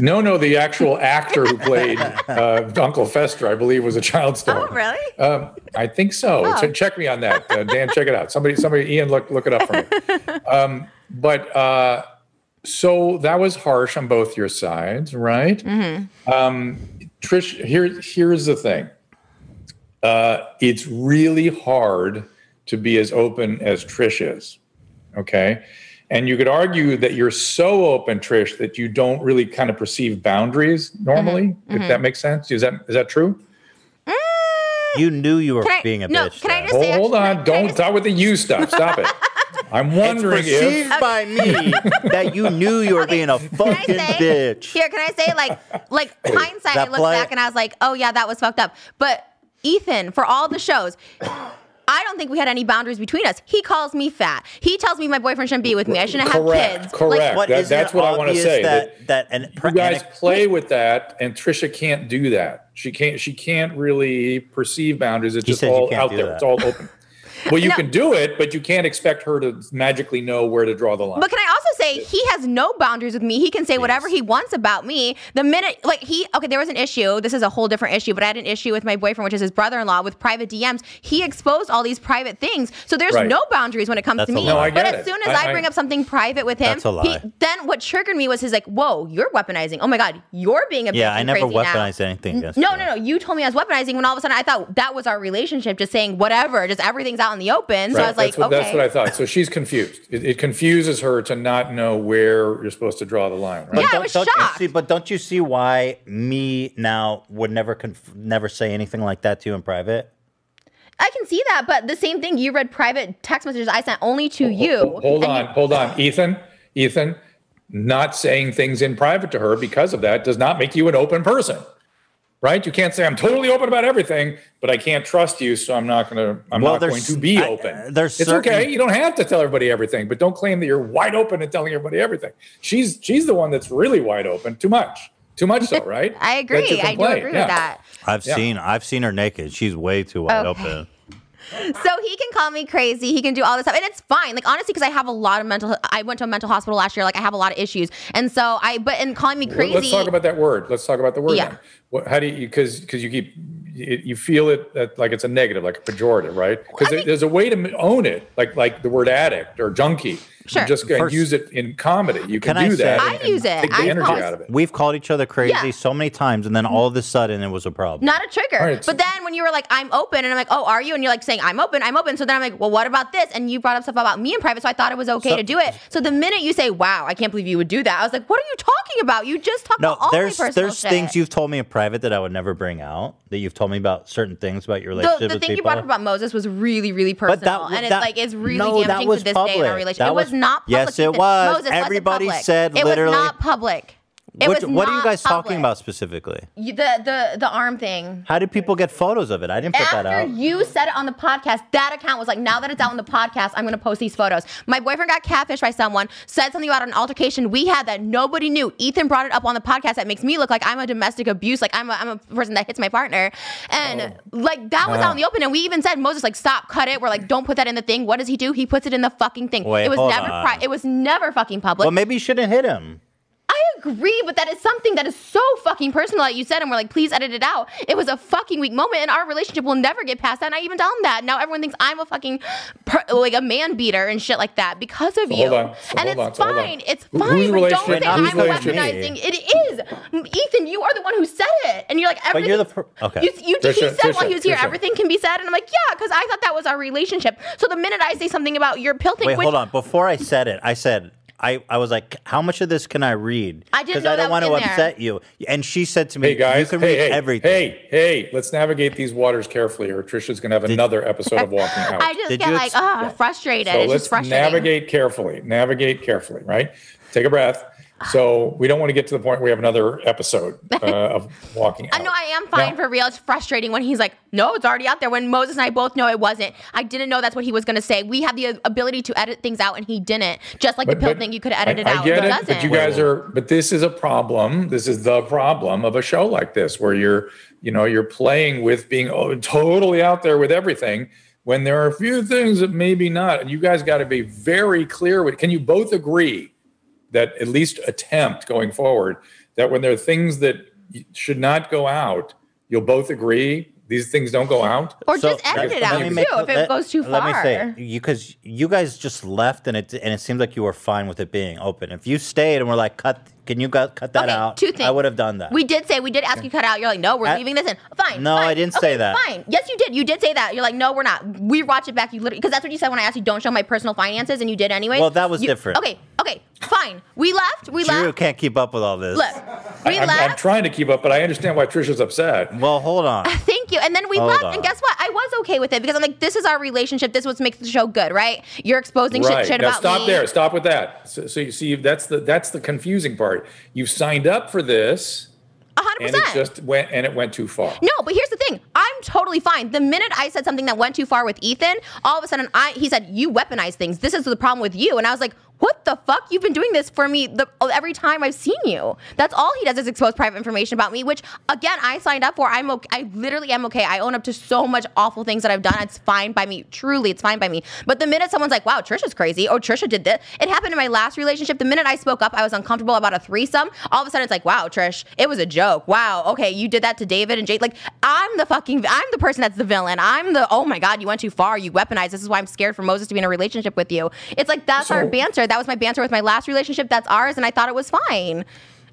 S3: No, no, the actual actor who played uh, Uncle Fester, I believe, was a child star.
S2: Oh, really?
S3: Um, I think so. Ch- check me on that, uh, Dan. Check it out. Somebody, somebody, Ian, look look it up for me. Um, but uh, so that was harsh on both your sides, right? Um, Trish, here here's the thing. Uh, it's really hard to be as open as Trish is. Okay. And you could argue that you're so open, Trish, that you don't really kind of perceive boundaries normally, if that makes sense. Is that is that true?
S1: You knew you were
S2: Can I-
S1: being a
S2: no,
S1: bitch.
S2: can I
S1: though.
S2: just-
S3: Hold,
S2: say
S3: hold
S2: actually-
S3: on. Don't start with the you stuff. Stop it. I'm
S1: It's
S3: wondering
S1: perceived
S3: if
S1: by me that you knew you were being a fucking
S2: Can I say,
S1: bitch.
S2: Here, can I say like like hindsight? I
S1: That
S2: looked
S1: play-
S2: back and I was like, oh yeah, that was fucked up. But Ethan, for all the shows. I don't think we had any boundaries between us. He calls me fat. He tells me my boyfriend shouldn't be with me. I shouldn't have
S3: Correct,
S2: kids.
S3: correct. That-
S1: isn't
S3: that's
S1: it
S3: what I wanna
S1: obvious
S3: say,
S1: That that, and
S3: you guys play with that, and Trisha can't do that. She can't. She can't really perceive boundaries. It's just
S1: says you
S3: all
S1: can't
S3: out
S1: do
S3: there.
S1: that.
S3: It's all open. Well, you
S2: No.
S3: can do it, but you can't expect her to magically know where to draw the line.
S2: But can I also say he has no boundaries with me? He can say whatever he wants about me. The minute, like he, okay, there was an issue. This is a whole different issue, but I had an issue with my boyfriend, which is his brother-in-law, with private DMs. He exposed all these private things, so there's
S3: Right.
S2: no boundaries when it comes
S1: That's
S2: to
S1: a
S2: me.
S1: lie. No, I
S2: but
S3: get
S2: as
S3: it.
S2: soon as I,
S3: I- I-
S2: bring up something private with him,
S1: That's a lie.
S2: He, then what triggered me was his like, "Whoa, you're weaponizing. Oh my god, you're being a
S1: yeah,
S2: bitch
S1: I
S2: and
S1: never
S2: crazy now."
S1: weaponized anything. against
S2: No,
S1: you.
S2: no, no. You told me I was weaponizing when all of a sudden I thought that was our relationship, just saying whatever, just everything's out in the open. So I was
S3: Right,
S2: like,
S3: that's, what,
S2: okay.
S3: that's what I thought. So she's confused. It, it confuses her to not know where you're supposed to draw the line. Right?
S2: Yeah, I
S1: don't,
S2: was
S1: don't
S2: shocked.
S1: You see, but don't you see why me now would never conf- never say anything like that to you in private?
S2: I can see that, but the same thing. You read private text messages I sent only to you.
S3: Ho- Hold
S2: and
S3: on, hold on, Ethan. Ethan, not saying things in private to her because of that does not make you an open person, right? You can't say I'm totally open about everything, but I can't trust you, so I'm not going to. I'm
S1: Well,
S3: not going
S1: there's-
S3: to be
S1: I- uh,
S3: open.
S1: there's
S3: it's
S1: certain-
S3: okay. You don't have to tell everybody everything, but don't claim that you're wide open and telling everybody everything. She's she's the one that's really wide open. Too much. Too much, though, right?
S2: I
S3: That's
S2: agree.
S3: your
S2: I do
S3: complaint,
S2: agree
S3: yeah.
S2: with that.
S1: I've
S3: Yeah.
S1: seen I've seen her naked. She's way too wide
S2: Okay.
S1: open.
S2: So he can call me crazy. He can do all this stuff, and it's fine. Like honestly, because I have a lot of mental. I went to a mental hospital last year. Like I have a lot of issues, and so I. But in calling me
S3: Well,
S2: crazy,
S3: Let's talk about that word. Let's talk about the word.
S2: Yeah.
S3: then. What, how do you because because you keep it, you feel it that, like it's a negative, like a pejorative, right? Because there, there's a way to m- own it, like like the word addict or junkie.
S2: Sure.
S3: You just can
S1: First-
S3: use it in comedy. You
S1: Can
S3: can,
S1: I
S3: do that.
S1: say-
S2: I use it.
S3: Take the
S2: I
S3: energy
S2: call-
S3: out of it.
S1: We've called each other crazy
S2: Yeah.
S1: so many times, and then all of a sudden it was a problem.
S2: not a trigger.
S3: All right.
S2: But then when you were like, I'm open, and I'm like, oh, are you? And you're like saying, I'm open, I'm open. So then I'm like, well, what about this? And you brought up stuff about me in private, so I thought it was okay
S1: So-
S2: to do it. So the minute you say, wow, I can't believe you would do that, I was like, what are you talking about? You just talked
S1: no,
S2: about all
S1: there's
S2: my personal
S1: there's
S2: shit.
S1: things you've told me in private that I would never bring out. That you've told me about certain things about your
S2: the,
S1: relationship
S2: the
S1: with people.
S2: thing you brought up about Moses was really, really personal,
S1: w-
S2: and it's
S1: that-
S2: like it's really
S1: no, that
S2: damaging
S1: was
S2: to this day in
S1: public.
S2: our relationship.
S1: That
S2: it was,
S1: was-
S2: not public.
S1: yes, it
S2: Ethan.
S1: was.
S2: Moses wasn't
S1: Everybody
S2: public.
S1: said
S2: it
S1: literally-
S2: was not public. It
S1: Which,
S2: was
S1: what are you
S2: not
S1: guys
S2: public.
S1: talking about specifically?
S2: You- the the the arm thing.
S1: How did people get photos of it? I didn't put that
S2: After
S1: out.
S2: you said it on the podcast, that account was like, now that it's out on the podcast, I'm gonna post these photos. My boyfriend got catfished by someone, said something about an altercation we had that nobody knew. Ethan brought it up on the podcast. That makes me look like I'm a domestic abuse, like I'm a, I'm a person that hits my partner. And
S1: Oh.
S2: like that was out in the open. And we even said, Moses, like, stop, cut it. We're like, don't put that in the thing. What does he do? He puts it in the fucking thing.
S1: Wait,
S2: it was
S1: hold
S2: never
S1: on.
S2: pri- it was never fucking public.
S1: well, maybe you shouldn't hit him.
S2: I agree, but that is something that is so fucking personal that you said, and we're like, please edit it out. It was a fucking weak moment, and our relationship will never get past that. And I even tell him that. Now everyone thinks I'm a fucking per- like a man beater and shit like that because of you.
S3: hold on. So
S2: and
S3: hold on.
S2: it's
S3: So hold on.
S2: fine. It's
S3: Who-
S2: fine. but
S3: whose
S2: don't
S3: relationship-
S2: think I'm
S1: whose relationship?
S2: weaponizing. It is Ethan. You are the one who said it, and you're like everything.
S1: you're the per- okay.
S2: You, you he
S3: Trisha,
S2: said while
S3: Trisha,
S2: he was here,
S3: Trisha.
S2: everything can be said, and I'm like, yeah, because I thought that was our relationship. So the minute I say something about your pill thing,
S1: Wait,
S2: which
S1: hold on. Before I said it, I said I, I was like, how much of this can I read?
S2: I didn't
S1: Because
S2: know
S1: I don't
S2: that
S1: want
S2: was
S1: to
S2: in there.
S1: upset you. And she said to me,
S3: Hey guys,
S1: you can read
S3: hey, hey,
S1: everything.
S3: hey, hey, let's navigate these waters carefully, or Trisha's gonna have another episode of Walking Out.
S2: I just
S1: Did
S2: get
S1: you
S2: like,
S1: ex-
S2: ah, frustrated.
S3: so
S2: it's just
S3: let's
S2: frustrating.
S3: navigate carefully. Navigate carefully, right? Take a breath. So we don't want to get to the point where we have another episode uh, of Walking Out.
S2: I know I am fine
S3: Now-
S2: for real. It's frustrating when he's like, no, it's already out there. When Moses and I both know it wasn't. I didn't know that's what he was going to say. We have the uh, ability to edit things out, and he didn't. Just like the pill thing, you could edit
S3: I-
S2: it out.
S3: I get
S2: he
S3: it,
S2: doesn't.
S3: but you guys are. But this is a problem. This is the problem of a show like this, where you're, you know, you're playing with being oh, totally out there with everything. When there are a few things that maybe not, and you guys got to be very clear with. Can you both agree that at least attempt going forward that when there are things that y- should not go out, you'll both agree these things don't go out.
S2: or
S1: So,
S2: just edit
S1: let-
S2: it
S1: let
S2: out
S1: me
S2: too
S1: make-
S2: if it
S1: let-
S2: goes too
S1: Let
S2: far.
S1: me say because you guys just left and it and it seemed like you were fine with it being open. If you stayed and were like, cut, can you gu- cut that
S2: okay,
S1: out?
S2: two things.
S1: I would have done that.
S2: We did say we did ask you to cut out. You're like, no, we're
S1: I-
S2: leaving this in. Fine.
S1: No,
S2: fine.
S1: I didn't say
S2: Okay,
S1: that.
S2: Fine. Yes, you did. You did say that. You're like, no, we're not. We watch it back. You literally because that's what you said when I asked you. Don't show my personal finances, and you did anyway.
S1: Well, that was
S2: You-
S1: different.
S2: Okay. Okay. Fine. We left. We
S1: Drew
S2: left.
S1: can't keep up with all this.
S2: Look, we
S3: I, am
S2: left.
S3: trying to keep up, but I understand why Trisha's upset.
S1: Well, hold on.
S2: Thank you. And then we
S1: Hold
S2: left,
S1: on.
S2: and guess what? I was okay with it because I'm like, this is our relationship. This is what makes the show good, right? You're exposing shit, shit
S3: now
S2: about
S3: stop
S2: me.
S3: there. Stop with that. So, so you see, that's the that's the confusing part. You signed up for this, and
S2: 100%.
S3: it just went and it went too far.
S2: No, but here's the thing. I'm totally fine. The minute I said something that went too far with Ethan, all of a sudden I he said, "You weaponize things. This is the problem with you." And I was like, "What the fuck? You've been doing this for me the, every time I've seen you." That's all he does is expose private information about me, which again, I signed up for. I'm okay. I literally am okay. I own up to so much awful things that I've done. It's fine by me. Truly, it's fine by me. But the minute someone's like, "Wow, Trisha's crazy," or "Trisha did this," it happened in my last relationship. The minute I spoke up, I was uncomfortable about a threesome. All of a sudden, it's like, "Wow, Trish, it was a joke. Wow, okay, you did that to David and Jade." Like, I'm the fucking, I'm the person that's the villain. I'm the, oh my god, you went too far. You weaponized. This is why I'm scared for Moses to be in a relationship with you. It's like that's our
S3: So-
S2: banter. That was my banter with my last relationship. That's ours, and I thought it was fine.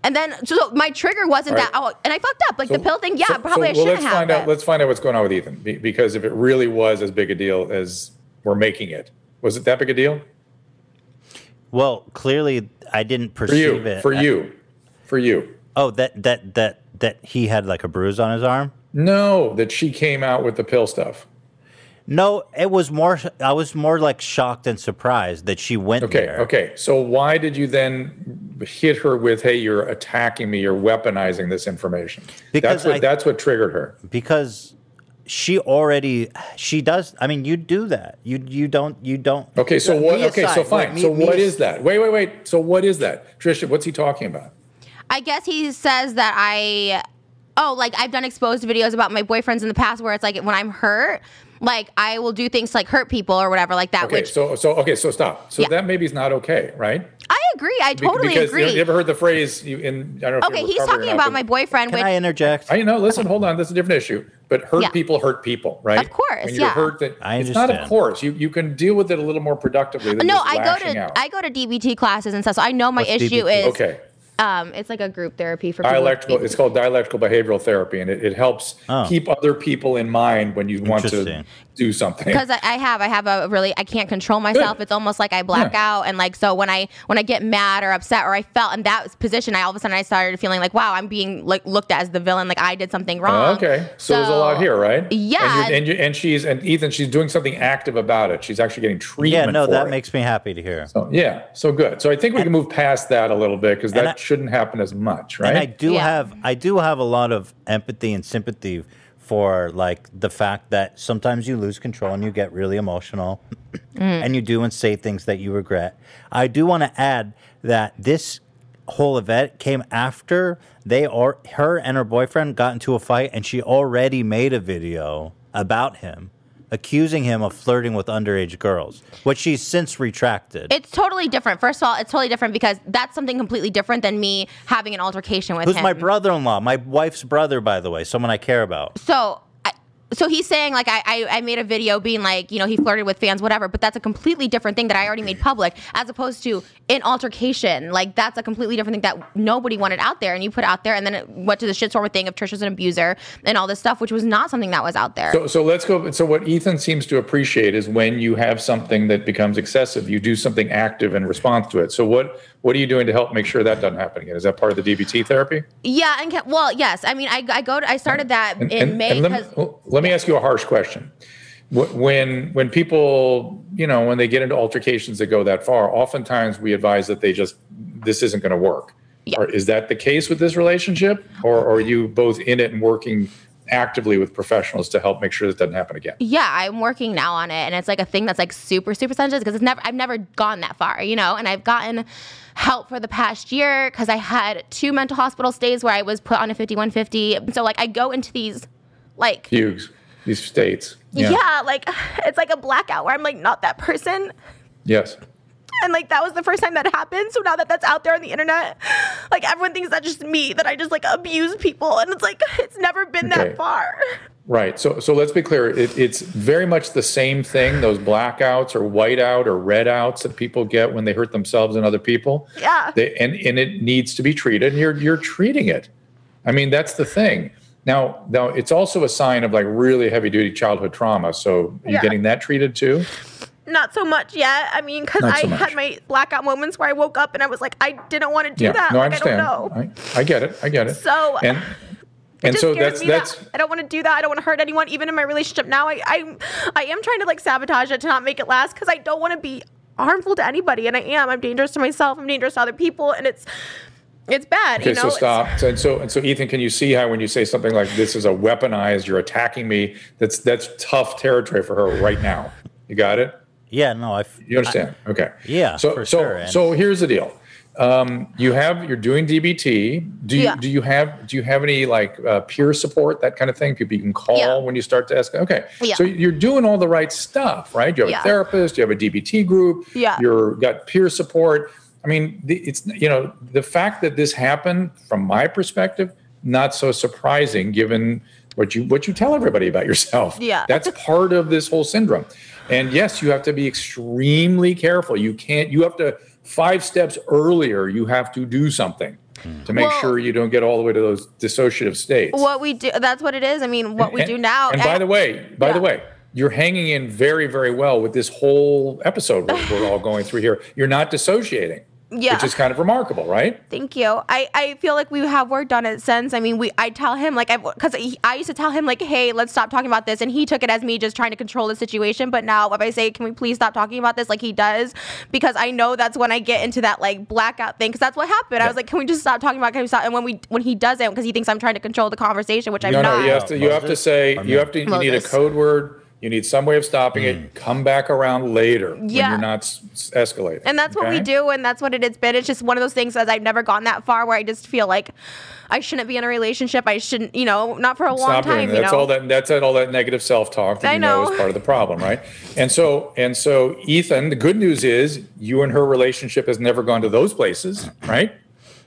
S2: And then, so so my trigger wasn't
S3: All right.
S2: that. Oh, and I fucked up. Like the
S3: So-
S2: pill thing. Yeah,
S3: so-
S2: probably I
S3: so, well,
S2: shouldn't
S3: let's
S2: have.
S3: Find out,
S2: but-
S3: let's find out what's going on with Ethan, be- because if it really was as big a deal as we're making it, was it that big a deal
S1: Well, clearly I didn't
S3: for
S1: perceive
S3: you?
S1: it.
S3: For you? For you?
S1: Oh, that that that that he had like a bruise on his arm.
S3: No, that she came out with the pill stuff.
S1: No, it was more. I was more like shocked and surprised that she went
S3: Okay,
S1: there.
S3: okay. So why did you then hit her with, "Hey, you're attacking me. You're weaponizing this information"?
S1: Because
S3: that's what
S1: I-
S3: that's what triggered her.
S1: because she already she does i mean you do that you you don't you don't
S3: Okay, so
S1: Me
S3: what? Okay, so
S1: aside,
S3: fine.
S1: me-
S3: so
S1: me
S3: what
S1: as-
S3: is that? Wait, wait, wait. So what is that, Trisha? What's he talking about?
S2: I guess he says that I, oh, like I've done exposed videos about my boyfriends in the past where it's like when I'm hurt, like I will do things to, like hurt people or whatever like that.
S3: Okay,
S2: which
S3: so so okay, so stop. So
S2: Yeah.
S3: that maybe is not okay, right?
S2: I agree. I
S3: Be-
S2: totally
S3: because
S2: agree.
S3: You, you ever heard the phrase? You, in I don't know. if
S2: okay,
S3: you're
S2: he's
S3: recovered or
S2: talking
S3: not,
S2: about
S3: but-
S2: my boyfriend.
S1: can
S2: Which
S1: i interject
S3: I know. Listen, hold on. That's a different issue. But hurt
S2: Yeah.
S3: people hurt people, right?
S2: Of course,
S3: When you're
S2: yeah.
S3: hurt, that
S1: I
S3: it's not of
S1: understand.
S3: course. You you can deal with it a little more productively. Than
S2: no,
S3: just
S2: I go
S3: lashing
S2: to
S3: out.
S2: I go to DBT classes and stuff, so I know my
S1: What's
S2: issue
S1: DBT?
S2: is
S3: okay.
S2: um, it's like a group therapy for people with
S3: dialectical it's
S2: DBT.
S3: called dialectical behavioral therapy and it, it helps
S1: Oh.
S3: keep other people in mind when you want to
S1: Interesting.
S3: do something
S2: because I, I have I have a really I can't control myself.
S3: Good.
S2: It's almost like I black
S3: Yeah.
S2: out and like so when I when I get mad or upset or I felt in that position, I all of a sudden I started feeling like wow I'm being like looked at as the villain, like I did something wrong.
S3: Oh, okay so, there's a lot here right
S2: Uh, Yeah.
S3: and, you and, you and she's and ethan she's doing something active about it she's actually getting treatment
S1: yeah no
S3: for
S1: that
S3: it.
S1: makes me happy to hear
S3: so, yeah so good so i think we can move past that a little bit because
S1: And
S3: that
S1: I-
S3: shouldn't happen as much, right?
S1: And I do
S2: Yeah.
S1: have I do have a lot of empathy and sympathy for like the fact that sometimes you lose control and you get really emotional and you do and say things that you regret. I do want to add that this whole event came after they or her and her boyfriend got into a fight and she already made a video about him accusing him of flirting with underage girls, which she's since retracted.
S2: It's totally different. First of all, it's totally different because that's something completely different than me having an altercation with
S1: Who's
S2: him.
S1: my brother-in-law? My wife's brother, by the way, someone I care about.
S2: so I- so he's saying like I, I I made a video being like you know he flirted with fans whatever but that's a completely different thing that I already made public as opposed to an altercation like that's a completely different thing that nobody wanted out there and you put out there and then it went to the shitstorm thing of Trisha's an abuser and all this stuff which was not something that was out there
S3: So, so let's go. So, what Ethan seems to appreciate is when you have something that becomes excessive, you do something active in response to it. So, what what are you doing to help make sure that doesn't happen again? Is that part of the DBT therapy?
S2: yeah and ca- well yes I mean I, I go to, I started that in May
S3: let,
S2: because
S3: me, oh, let me ask you a harsh question. Wh- When when people you know when they get into altercations that go that far, oftentimes we advise that they just this isn't going to work.
S2: Yeah.
S3: Or is that the case with this relationship, or, or are you both in it and working actively with professionals to help make sure that doesn't happen again?
S2: yeah, I'm working now on it, and it's like a thing that's like super, super sensitive because it's never, I've never gone that far, you know. And I've gotten help for the past year because I had two mental hospital stays where I was put on a 5150. So like I go into these, like
S3: Hughes, these states.
S2: yeah. like it's like a blackout where I'm like not that person,
S3: Yes.
S2: and like that was the first time that happened. So now that that's out there on the internet, like everyone thinks that's just me that I just like abuse people, and it's like it's never been
S3: Okay.
S2: that far.
S3: Right. So, so let's be clear. It, it's very much the same thing. Those blackouts or whiteout or redouts that people get when they hurt themselves and other people.
S2: Yeah.
S3: They, and and it needs to be treated. And you're you're treating it. I mean, that's the thing. Now, now it's also a sign of like really heavy duty childhood trauma. So you're
S2: Yeah.
S3: getting that treated too.
S2: not so much yet. I mean, because
S3: Not
S2: I
S3: so much.
S2: had my blackout moments where I woke up and I was like, I didn't want to do that.
S3: No, I
S2: like,
S3: understand.
S2: don't know. It
S3: I, I get it. I get it.
S2: So,
S3: and and
S2: just
S3: so
S2: scares
S3: that's
S2: me
S3: that's
S2: that I don't want to do that. I don't want to hurt anyone, even in my relationship now. I I, I am trying to like sabotage it to not make it last because I don't want to be harmful to anybody, and I am. I'm dangerous to myself. I'm dangerous to other people, and it's it's bad.
S3: Okay,
S2: you know?
S3: so
S2: It's-
S3: stop. So, and so and so, Ethan, can you see how when you say something like "this is a weaponized," you're attacking me? That's that's tough territory for her right now. You got it?
S1: Yeah, no, I. f-
S3: You understand? okay.
S1: Yeah,
S3: So
S1: for
S3: so
S1: sure, and-
S3: so here's the deal. Um, you have you're doing DBT. Do you
S2: Yeah.
S3: do you have do you have any like uh, peer support that kind of thing? People you can call
S2: Yeah.
S3: when you start to ask. Okay.
S2: Yeah.
S3: So you're doing all the right stuff, right? You have
S2: Yeah.
S3: a therapist. You have a DBT group.
S2: Yeah.
S3: You're got peer support. I mean, the, it's you know the fact that this happened from my perspective, not so surprising given what you what you tell everybody about yourself.
S2: Yeah.
S3: That's part of this whole syndrome. And yes, you have to be extremely careful. You can't. You have to five steps earlier. You have to do something to make
S2: Well-
S3: sure you don't get all the way to those dissociative states.
S2: what we do, that's what it is. I mean, what we
S3: And-
S2: do now. eh,
S3: And by the way, by the
S2: Yeah.
S3: way, you're hanging in very, very well with this whole episode we're, we're all going through here. You're not dissociating,
S2: Yeah.
S3: which is kind of remarkable, right?
S2: Thank you. I, I feel like we have worked on it since. I mean, we I tell him like I because I used to tell him like, hey, let's stop talking about this, and he took it as me just trying to control the situation. But now if I say, can we please stop talking about this, like he does, because I know that's when I get into that like blackout thing, because that's what happened. I was like, can we just stop talking about? it? Can we stop? And when we when he doesn't, because he thinks I'm trying to control the conversation, which I'm
S3: No,
S2: not.
S3: no. You have to. You have to
S1: Moses?
S3: say.
S1: I
S3: You have to. You need a
S2: Moses.
S3: code word. You need some way of stopping
S1: Mm.
S3: it. Come back around later when
S2: Yeah.
S3: you're not s- s- escalating.
S2: And that's what we
S3: okay?
S2: do, and that's what it has been. It's just one of those things as I've never gone that far where I just feel like I shouldn't be in a relationship. I shouldn't, you know, not for a long
S3: Stop doing
S2: time.
S3: that.
S2: You
S3: That's
S2: know?
S3: all that. That's that, all that negative self-talk that
S2: I
S3: you know.
S2: know.
S3: is part of the problem, right? And so, and so, Ethan. The good news is you and her relationship has never gone to those places, right?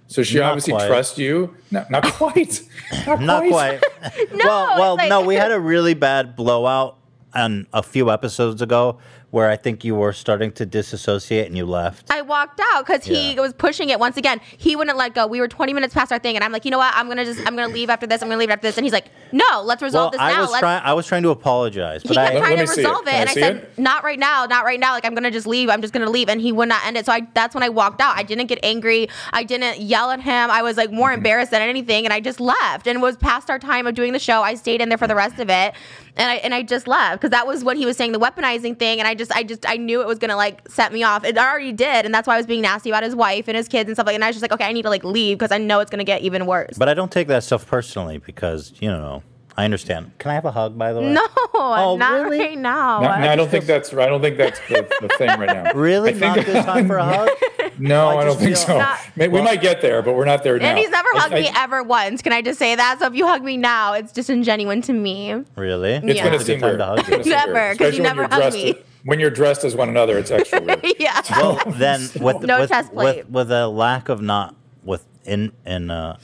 S3: So she
S1: Not
S3: obviously
S1: quite.
S3: trusts you. No, not quite. Not,
S1: Not quite.
S2: No,
S1: well, well,
S2: it's
S1: no,
S2: like-
S1: we had a really bad blowout on a few episodes ago where I think you were starting to disassociate and you left.
S2: I walked out because he
S1: Yeah.
S2: was pushing it once again. He wouldn't let go. We were 20 minutes past our thing, and I'm like, you know what? I'm gonna just, I'm gonna leave after this. I'm gonna leave after this. And he's like, no, let's
S1: Well,
S2: resolve this
S1: I
S2: now.
S1: was
S2: let's.
S1: trying. I was trying to apologize,
S2: he
S1: but
S2: kept
S1: I.
S3: Let-
S2: trying
S3: let
S2: to
S3: me see it.
S2: resolve it,
S3: Can I
S2: and I,
S3: see
S2: said,
S3: it?
S2: "Not right now, not right now. Like I'm gonna just leave. I'm just gonna leave." And he would not end it. So I, that's when I walked out. I didn't get angry. I didn't yell at him. I was like more embarrassed than anything, and I just left. And it was past our time of doing the show. I stayed in there for the rest of it, and I and I just left because that was when he was saying the weaponizing thing, and I just, I just, I knew it was gonna like set me off. It already did, and that's why I was being nasty about his wife and his kids and stuff like. And I was just like, okay, I need to like leave because I know it's gonna get even worse.
S1: But I don't take that stuff personally because, you know, I understand. Can I have a hug, by the way?
S2: no,
S1: Oh,
S2: not
S1: really?
S2: right now.
S3: No, no, I don't think that's. I don't think that's the, the thing right now.
S1: Really?
S3: I think-
S1: Not this time for a hug?
S3: No, I, don't
S1: just
S3: think
S1: feel-
S3: so.
S2: Not-
S3: May- we might get there, but we're not there now.
S2: and he's never
S3: I-
S2: hugged
S3: I-
S2: me ever once. Can I just say that? So if you hug me now, it's disingenuine to me.
S1: Really?
S3: It's
S2: Yeah.
S3: going
S2: It's
S3: to
S1: a
S3: seem
S1: good time
S3: weird.
S1: to hug
S3: It's gonna seem
S2: Never,
S3: weird,
S2: 'cause you
S3: especially when
S2: never
S3: you're
S2: hug
S3: dressed
S2: me.
S3: as- When you're dressed as one another, it's extra weird.
S2: yeah.
S1: Well, then with
S2: No
S1: with,
S2: chest plate.
S1: with with a lack of not with in in uh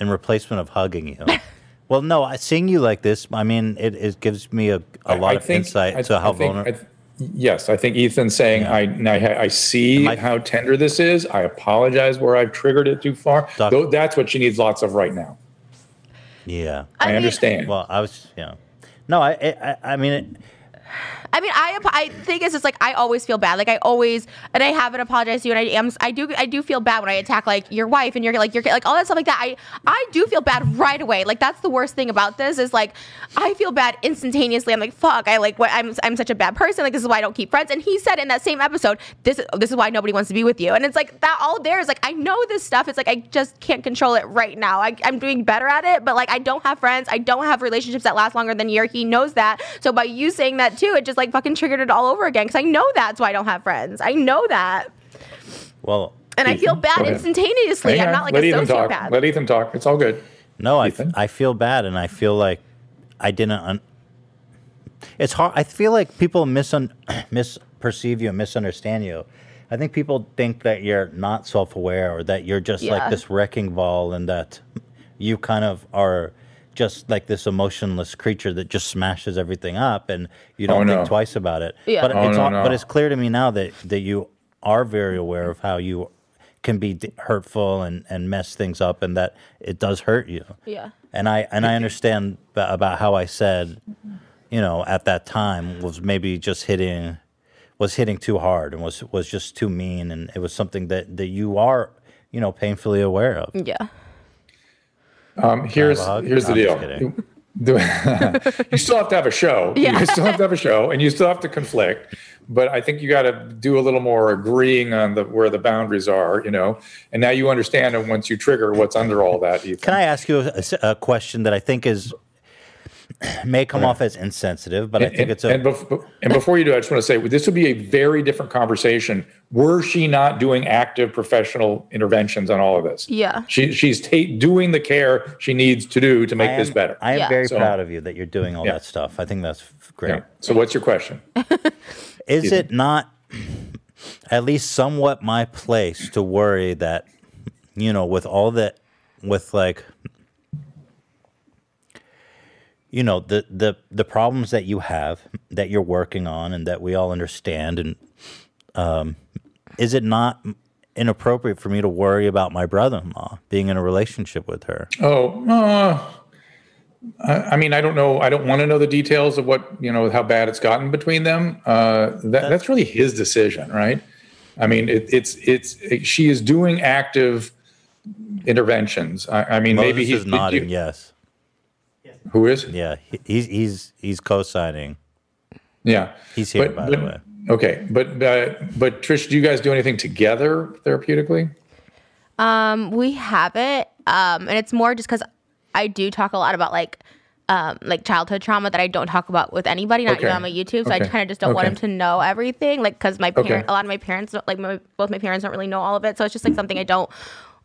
S1: in replacement of hugging you. well, no, I seeing you like this. I mean, it, it gives me a, a lot of insight
S3: I-
S1: to how
S3: I think- I
S1: vulnerable.
S3: th- yes, I think Ethan saying I I, I see
S1: I-
S3: how tender this is. I apologize where I've triggered it too far.
S1: Doc-
S3: Though that's what she needs lots of right now.
S1: Yeah.
S3: I,
S2: mean-
S3: understand.
S1: Well, I was yeah. No, I I, I mean, it,
S2: I mean, I ap- I think it's just like I always feel bad. Like I always, and I haven't apologized to you, and I am I do I do feel bad when I attack like your wife and your like your kid, like all that stuff like that. I I do feel bad right away. Like that's the worst thing about this is like I feel bad instantaneously. I'm like fuck. I like what I'm I'm such a bad person. Like this is why I don't keep friends. And he said in that same episode, this this is why nobody wants to be with you. And it's like that all there is like I know this stuff. It's like I just can't control it right now. I, I'm doing better at it, but like I don't have friends. I don't have relationships that last longer than a year. He knows that. So by you saying that too, it just like fucking triggered it all over again because I know that's why I don't have friends. I know that.
S1: well,
S2: And I feel bad
S3: ahead.
S2: instantaneously.
S3: Hang
S2: I'm
S3: on,
S2: not like
S3: let
S2: a
S3: Ethan talk.
S2: sociopath.
S3: Let Ethan talk. It's all good.
S1: no, I,
S3: Ethan?
S1: I feel bad and I feel like I didn't. Un- it's hard. I feel like people misun- misperceive you and misunderstand you. I think people think that you're not self aware or that you're just
S2: Yeah.
S1: like this wrecking ball and that you kind of are just like this emotionless creature that just smashes everything up and you don't
S3: Oh,
S1: think
S3: no.
S1: twice about it.
S2: Yeah.
S1: But,
S2: Oh,
S1: it's
S3: no,
S1: all-
S3: no.
S1: but it's clear to me now that, that you are very aware of how you can be d- hurtful and, and mess things up and that it does hurt you.
S2: Yeah.
S1: And I and I understand ba- about how I said, you know, at that time was maybe just hitting was hitting too hard and was was just too mean and it was something that that you are, you know, painfully aware of.
S2: Yeah.
S3: Um, here's
S1: hug?
S3: here's
S1: No,
S3: the deal.
S1: I'm just kidding.
S3: Do- you still have to have a show.
S2: Yeah.
S3: You still have to have a show, and you still have to conflict. But I think you got to do a little more agreeing on the where the boundaries are, you know. And now you understand, and once you trigger, what's under all that. Ethan.
S1: Can I ask you a, s- a question that I think is may come off as insensitive, but I think
S3: and,
S1: it's a
S3: and bef- and before you do, I just want to say well, this would be a very different conversation were she not doing active professional interventions on all of this.
S2: Yeah.
S3: she, she's ta- doing the care she needs to do to make
S1: I am,
S3: this better.
S1: I am
S2: Yeah.
S1: very
S3: So-
S1: proud of you that you're doing all
S3: Yeah.
S1: that stuff. I think that's f- great.
S3: Yeah. So, what's your question?
S1: is it not at least somewhat my place to worry that you know with all that with like you know the the the problems that you have that you're working on and that we all understand and um is it not inappropriate for me to worry about my brother-in-law being in a relationship with her
S3: Oh, uh, I, I mean, I don't know. I don't want to know the details of what you know how bad it's gotten between them. Uh, that, that's really his decision, right? I mean, it, it's it's it, she is doing active interventions. I, I mean, maybe
S1: Moses
S3: he's
S1: is nodding yes
S3: Who is?
S1: yeah he, he's he's he's co-signing
S3: Yeah,
S1: He's here, by the way.
S3: Okay, but uh, but Trish, do you guys do anything together therapeutically?
S2: Um, we have it. Um, and it's more just because I do talk a lot about like, um, like childhood trauma that I don't talk about with anybody, not even
S3: Okay.
S2: on my YouTube. So I
S3: Okay.
S2: kind of just don't want
S3: Okay.
S2: him to know everything, like because my parent,
S3: Okay.
S2: a lot of my parents, don't, like my, both my parents don't really know all of it. So it's just like something I don't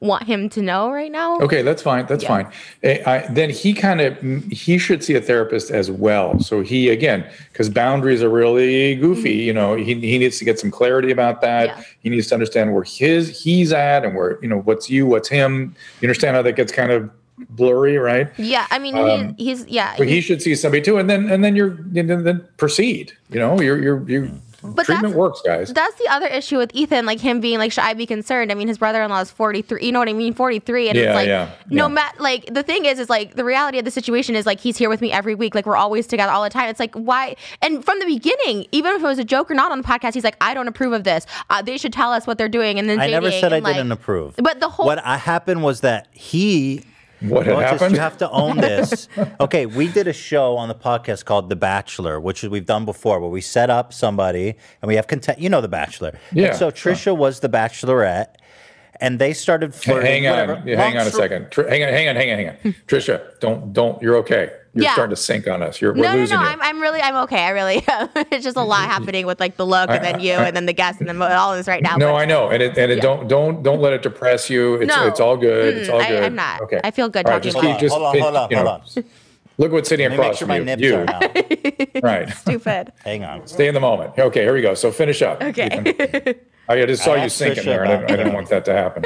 S2: want him to know right now.
S3: Okay, that's fine. That's fine. Eh, I, then he kind of he should see a therapist as well. So he again, because boundaries are really goofy. You know, he, he needs to get some clarity about that.
S2: Mm-hmm. Yeah.
S3: He needs to understand where his he's at and where you know what's you, what's him. You understand how that gets kind of blurry, right?
S2: Yeah, I mean, he, he's yeah.
S3: Um, But he should see somebody too, and then and then you're and then, then proceed. You know, you're you're you.
S2: But
S3: Treatment
S2: that's-
S3: works, guys.
S2: that's the other issue with Ethan, like him being like, should I be concerned? I mean, his brother-in-law is 43. You know what I mean? 43. And
S3: Yeah,
S2: it's like,
S3: yeah,
S2: no
S3: yeah.
S2: matter, like the thing is, is like the reality of the situation is like, he's here with me every week. Like we're always together all the time. It's like, why? And from the beginning, even if it was a joke or not on the podcast, he's like, I don't approve of this. Uh, they should tell us what they're doing. And then
S1: I never
S2: dating
S1: said I
S2: and, like-
S1: didn't approve.
S2: But the whole,
S1: what I happened was that he
S3: What had
S1: Moses,
S3: happened?
S1: You have to own this. okay, we did a show on the podcast called The Bachelor, which we've done before, where we set up somebody and we have content. You know The Bachelor.
S3: Yeah.
S1: And so Trisha was the Bachelorette, and they started flirting.
S3: hang on,
S1: whatever.
S3: Yeah, hang
S1: Long
S3: on a
S1: story-
S3: second. Tr- hang on, hang on, hang on, hang on. Trisha, don't, don't. You're okay. You're
S2: Yeah.
S3: starting to sink on us. You're, we're
S2: No, no, no.
S3: losing you.
S2: I'm, I'm really, I'm okay. I really am. it's just a lot happening with like the look and then you and then the guest and then all this right now.
S3: no,
S2: but
S3: I know, and it, and it don't, don't, don't let it depress you. It's,
S2: No.
S3: it's all good. It's
S2: Mm,
S3: all
S2: I-
S3: good.
S2: I'm not.
S3: Okay,
S2: I feel good
S3: All right,
S2: talking
S3: just
S2: about
S3: keep,
S1: Hold on, hold on,
S3: just
S1: hold
S3: it-
S1: on,
S3: you know,
S1: hold on.
S3: Look what's sitting
S1: Let me make
S3: across
S1: sure
S3: from
S1: my
S3: you.
S1: nips
S3: you.
S1: are out.
S3: Right.
S2: stupid.
S1: Hang on.
S3: Stay in the moment. Okay, here we go. So finish up. You can-
S2: Okay.
S3: I just saw
S1: I
S3: you
S1: asked
S3: sinking
S1: Trisha
S3: there, and I,
S1: about
S3: I didn't
S1: that.
S3: want that to happen.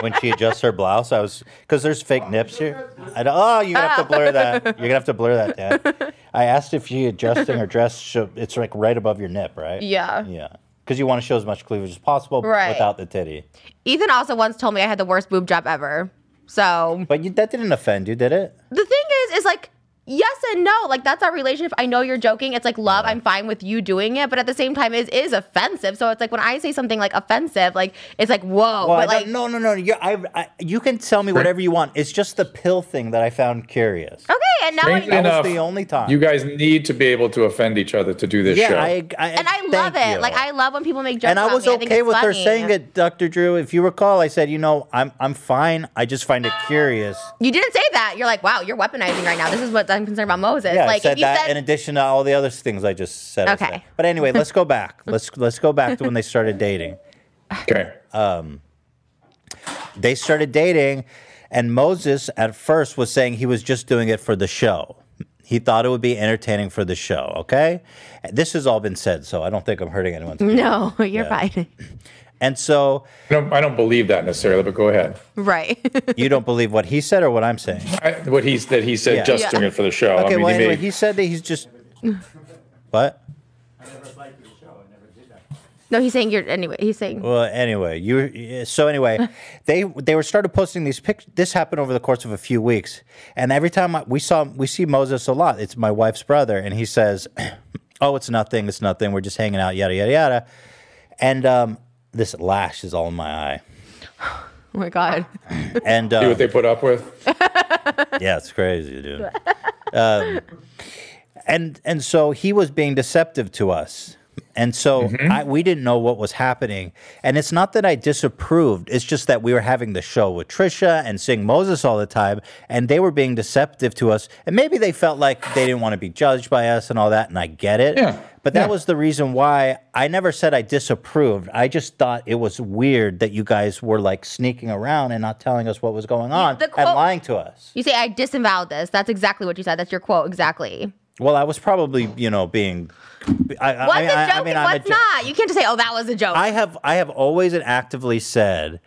S1: When she adjusts her blouse, I was because there's
S2: Oh,
S1: fake nips here. I don't, oh, you're gonna have to blur that. You're gonna have to blur that, Dad. I asked if she adjusting her dress. So it's like right above your nip, right?
S2: Yeah.
S1: Yeah. Because you want to show as much cleavage as possible
S2: Right.
S1: without the titty.
S2: Ethan also once told me I had the worst boob job ever. So
S1: But you, that didn't offend you, did it?
S2: the thing is, is like, yes and no. Like that's our relationship. I know you're joking. It's like love. I'm fine with you doing it, but at the same time, it is offensive. So it's like when I say something like offensive, like it's like whoa.
S1: Well, I
S2: but
S1: don't-
S2: like
S1: no, no, no. You, I, I, you can tell me whatever you want. It's just the pill thing that I found curious.
S2: okay, and now I
S3: Strangely
S2: know.
S1: was
S3: enough,
S1: the only time.
S3: you guys need to be able to offend each other to do this
S1: yeah,
S3: show.
S1: I, I,
S2: and I love it.
S1: thank you.
S2: Like I love when people make jokes.
S1: and I
S2: about
S1: was
S2: me. think
S1: okay
S2: it's
S1: with her
S2: funny.
S1: saying it, Dr. Drew. If you recall, I said, you know, I'm, I'm fine. I just find it curious.
S2: You didn't say that. You're like, wow, you're weaponizing right now. This is what I'm concerned about Moses.
S1: Yeah,
S2: like
S1: I said
S2: if you
S1: that
S2: said
S1: in addition to all the other things I just said. I said.
S2: Okay.
S1: But anyway, let's go back. Let's let's go back to when they started dating.
S3: okay.
S1: they started dating, and Moses at first was saying he was just doing it for the show. He thought it would be entertaining for the show. Okay, this has all been said, so I don't think I'm hurting anyone.
S2: no, you're fine.
S1: And so
S3: I don't, I don't believe that necessarily, but go ahead.
S2: right.
S1: you don't believe what he said or what I'm saying?
S3: I, what he's that he said
S1: Yeah.
S3: just
S2: Yeah.
S3: doing it for the show. I
S1: Okay,
S3: mean,
S1: well
S3: he
S1: anyway,
S3: made,
S1: he said that he's just what?
S2: no, he's saying you're anyway. He's saying
S1: Well, anyway, you. So anyway, they they were started posting these pictures. This happened over the course of a few weeks, and every time I, we saw we see Moses a lot. It's my wife's brother, and he says, "Oh, it's nothing. It's nothing. We're just hanging out. Yada yada yada." And um, this lash is all in my eye,
S2: oh my god.
S1: and
S3: see
S1: um,
S3: what they put up with.
S1: yeah, it's crazy, dude. Um, and and so he was being deceptive to us, and so
S3: Mm-hmm.
S1: I, we didn't know what was happening. And it's not that I disapproved; it's just that we were having the show with Trisha and seeing Moses all the time, and they were being deceptive to us. And maybe they felt like they didn't want to be judged by us and all that. And I get it.
S3: Yeah,
S1: But that
S3: yeah.
S1: was the reason why I never said I disapproved. I just thought it was weird that you guys were like sneaking around and not telling us what was going on
S2: the
S1: and
S2: quote-
S1: lying to us.
S2: You say I disavow this. That's exactly what you said. That's your quote exactly.
S1: Well, I was probably, you know, being. I, I-
S2: What's a
S1: I, I,
S2: joke
S1: I
S2: and
S1: mean, I'm a
S2: what's
S1: jo-
S2: not? You can't just say, "Oh, that was a joke."
S1: I have, I have always and actively said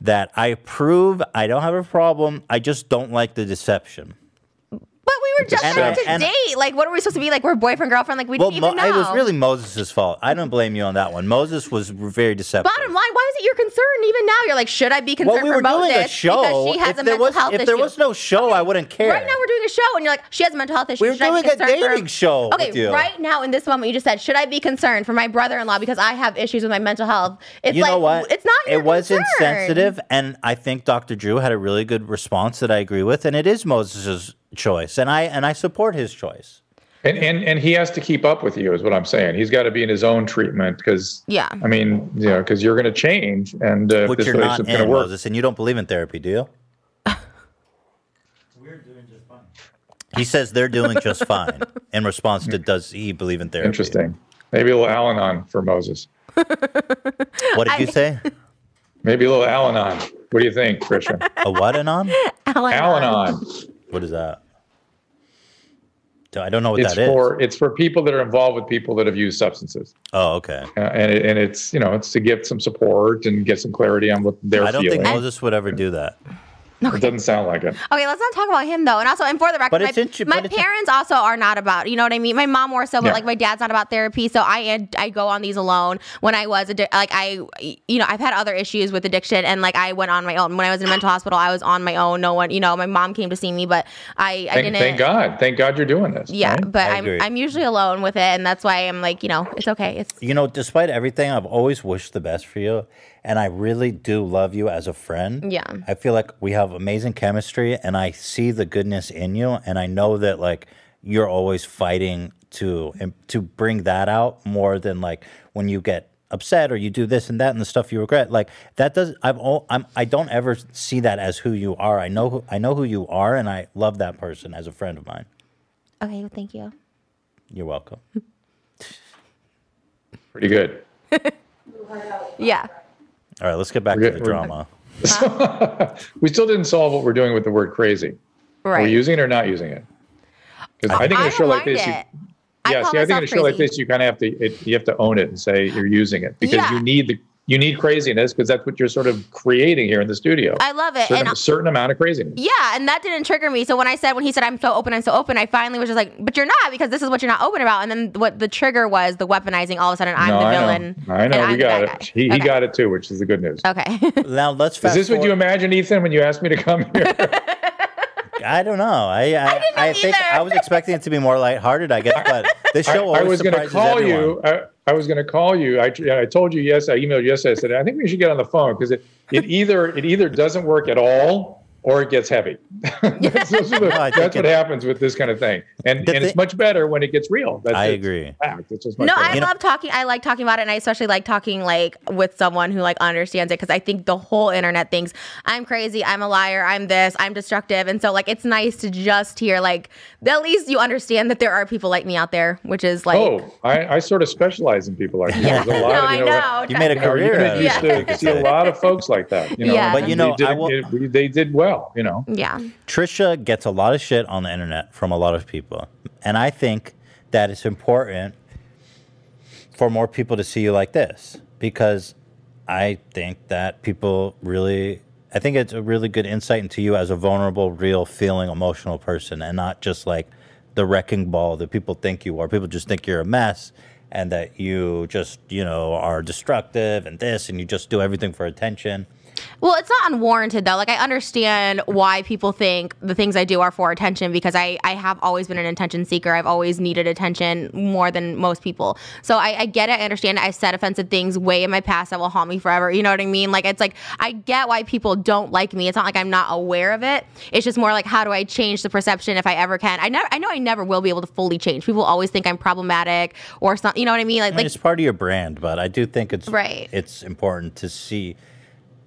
S1: that I approve. I don't have a problem. I just don't like the deception.
S2: but we were just
S1: And
S2: like
S1: I-
S2: to
S1: and-
S2: date. Like, what are we supposed to be? Like, we're boyfriend girlfriend. Like, we
S1: Well,
S2: didn't even
S1: Mo-
S2: know.
S1: it was really Moses' fault. I don't blame you on that one. Moses was very deceptive.
S2: Bottom line, why is it your concern even now? You're like, should I be concerned
S1: well, we
S2: for
S1: were
S2: Moses
S1: doing a show.
S2: because she has
S1: if
S2: a
S1: there
S2: mental
S1: was,
S2: health
S1: if
S2: issue?
S1: there was no show, I wouldn't care.
S2: Right now we're doing a show, and you're like, she has a mental health issue.
S1: We're
S2: Should I be
S1: doing a
S2: concerned for-
S1: dating show
S2: Okay,
S1: with you.
S2: right now in this moment, you just said, should I be concerned for my brother-in-law because I have issues with my mental health? It's
S1: you
S2: like,
S1: know what?
S2: It's not. Your
S1: it was
S2: concern.
S1: insensitive, and I think Dr. Drew had a really good response that I agree with, and it is Moses' choice, and I and I support his choice.
S3: And, and and he has to keep up with you is what I'm saying. He's got to be in his own treatment because
S2: Yeah.
S3: I mean you know because you're going to change and uh, if
S1: Which
S3: this
S1: you're not
S3: relationship's going
S1: in,
S3: to work.
S1: Moses, and you don't believe in therapy, do you? He says they're doing just fine in response to does he believe in therapy?
S3: Interesting. Maybe a little Al-Anon for Moses.
S1: What did you
S2: I-
S1: say?
S3: Maybe a little Al-Anon. What do you think, Trisha?
S1: A what and on?
S2: Alan,
S3: Al-Anon.
S1: What is that? I don't know what
S3: It's
S1: that is.
S3: for it's for people that are involved with people that have used substances.
S1: oh, okay.
S3: Uh, and it, and it's you know it's to give some support and get some clarity on what they're
S1: I don't
S3: feeling.
S1: think Moses would ever do that.
S3: it doesn't sound like it.
S2: Okay, let's not talk about him though. And also, and for the record,
S1: But
S2: my,
S1: it's inter-
S2: my
S1: but it's-
S2: parents also are not about. You know what I mean? My mom more so, but
S3: Yeah.
S2: like my dad's not about therapy. So I ad- I go on these alone. When I was addi- like I, you know, I've had other issues with addiction, and like I went on my own. When I was in a mental hospital, I was on my own. No one, you know, my mom came to see me, but I I
S3: Thank,
S2: didn't.
S3: thank God. Thank God you're doing this.
S2: Yeah,
S3: right?
S2: but
S1: I
S2: I'm
S1: agree.
S2: I'm usually alone with it, and that's why I'm like, you know, it's okay. It's
S1: you know, despite everything, I've always wished the best for you. and I really do love you as a friend.
S2: Yeah.
S1: I feel like we have amazing chemistry and I see the goodness in you and I know that like you're always fighting to and to bring that out more than like when you get upset or you do this and that and the stuff you regret like that does I've all, I'm I don't ever see that as who you are. I know who, I know who you are and I love that person as a friend of mine.
S2: Okay, well, thank you.
S1: You're welcome.
S3: Pretty good.
S2: Yeah.
S1: All right, let's get back to
S3: We're good.
S1: the
S3: We're-
S1: drama.
S3: We still didn't solve what we're doing with the word crazy. Are
S2: Right.
S3: we using it or not using it? Because I think in
S2: I
S3: a show
S2: don't
S3: like
S2: mind it.
S3: this, you,
S2: I
S3: yeah,
S2: call
S3: see, I think in
S2: myself
S3: a show like
S2: crazy.
S3: this, you kind of have to it, you have to own it and say you're using it because
S2: Yeah.
S3: you need the you need craziness because that's what you're sort of creating here in the studio.
S2: I love it.
S3: certain,
S2: And
S3: certain amount of craziness.
S2: Yeah, and that didn't trigger me. So when I said when he said I'm so open, I'm so open, I finally was just like, but you're not because this is what you're not open about. And then what the trigger was the weaponizing. All of a sudden, I'm
S3: No,
S2: the
S3: I know.
S2: villain.
S3: I know.
S2: and I'm
S3: we
S2: the
S3: got
S2: bad
S3: it.
S2: guy.
S3: He, he
S2: Okay.
S3: got it too, which is the good news.
S2: Okay.
S1: Now let's
S3: Is
S1: fast
S3: this what you
S1: forward-
S3: imagined, Ethan, when you asked me to come here?
S1: I don't know. I I, I,
S2: know
S1: think
S2: either.
S1: I was expecting it to be more lighthearted, I guess, but this
S3: I,
S1: show
S3: I
S1: always
S3: was going to
S1: surprises
S3: call
S1: everyone.
S3: you. I, I was going to call you. I, I told you yes. I emailed you yesterday. I said I think we should get on the phone because it, it either it either doesn't work at all or it gets heavy. that's those are the-
S1: I think
S3: that's what
S1: it-
S3: happens with this kind of thing, and and
S1: The
S3: it's
S1: thi-
S3: much better when it gets real. That's
S1: I
S3: it's
S1: agree.
S3: Fact. It's just much
S2: No,
S3: better.
S2: I
S1: You know-
S2: love talking. I like talking about it, and I especially like talking like with someone who like understands it because I think the whole internet thinks I'm crazy, I'm a liar, I'm this, I'm destructive, and so like it's nice to just hear like at least you understand that there are people like me out there, which is like
S3: Oh, I, I sort of specialize in people like that. There's a
S2: no,
S3: lot of,
S2: I
S3: you know,
S2: know.
S1: You made a
S3: You know, you
S1: career out of it.
S3: used
S1: I think
S3: to
S1: it's
S3: see
S1: a-
S3: a lot of folks like that, you know.
S2: Yeah. But,
S1: you
S3: and
S1: know,
S3: they did,
S1: I will-
S3: it- we- they did well, you know.
S2: yeah,
S1: Trisha gets a lot of shit on the internet from a lot of people. And I think that it's important for more people to see you like this because I think that people really, I think it's a really good insight into you as a vulnerable, real, feeling, emotional person and not just like the wrecking ball that people think you are. People just think you're a mess and that you just, you know, are destructive and this and you just do everything for attention.
S2: Well, it's not unwarranted though. Like I understand why people think the things I do are for attention because I I have always been an attention seeker. I've always needed attention more than most people. So I, I get it. I understand. I said offensive things way in my past that will haunt me forever. You know what I mean? Like it's like I get why people don't like me. It's not like I'm not aware of it. It's just more like how do I change the perception if I ever can? I never. I know I never will be able to fully change. People always think I'm problematic or something. You know what I mean? Like
S1: I mean,
S2: like
S1: it's part of your brand, but I do think it's
S2: Right.
S1: It's important to see,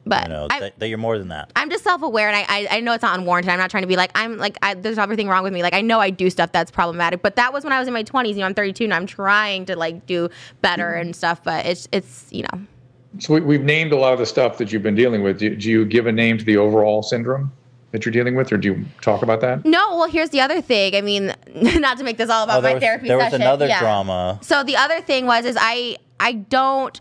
S2: but
S1: you know,
S2: I-
S1: that, that you're more than that.
S2: I'm just self aware and I, I I know it's not unwarranted. I'm not trying to be like I'm like I, there's everything wrong with me. Like I know I do stuff that's problematic, but that was when I was in my 20s. You know, I'm 32 and I'm trying to like do better
S1: Mm-hmm.
S2: and stuff. But it's it's you know
S3: So we, we've named a lot of the stuff that you've been dealing with. Do, do you give a name to the overall syndrome that you're dealing with, or do you talk about that?
S2: no. Well, here's the other thing. I mean, not to make this all about
S1: Oh, there
S2: my
S1: was,
S2: therapy
S1: there was
S2: session.
S1: another
S2: Yeah.
S1: drama.
S2: So the other thing was is I I don't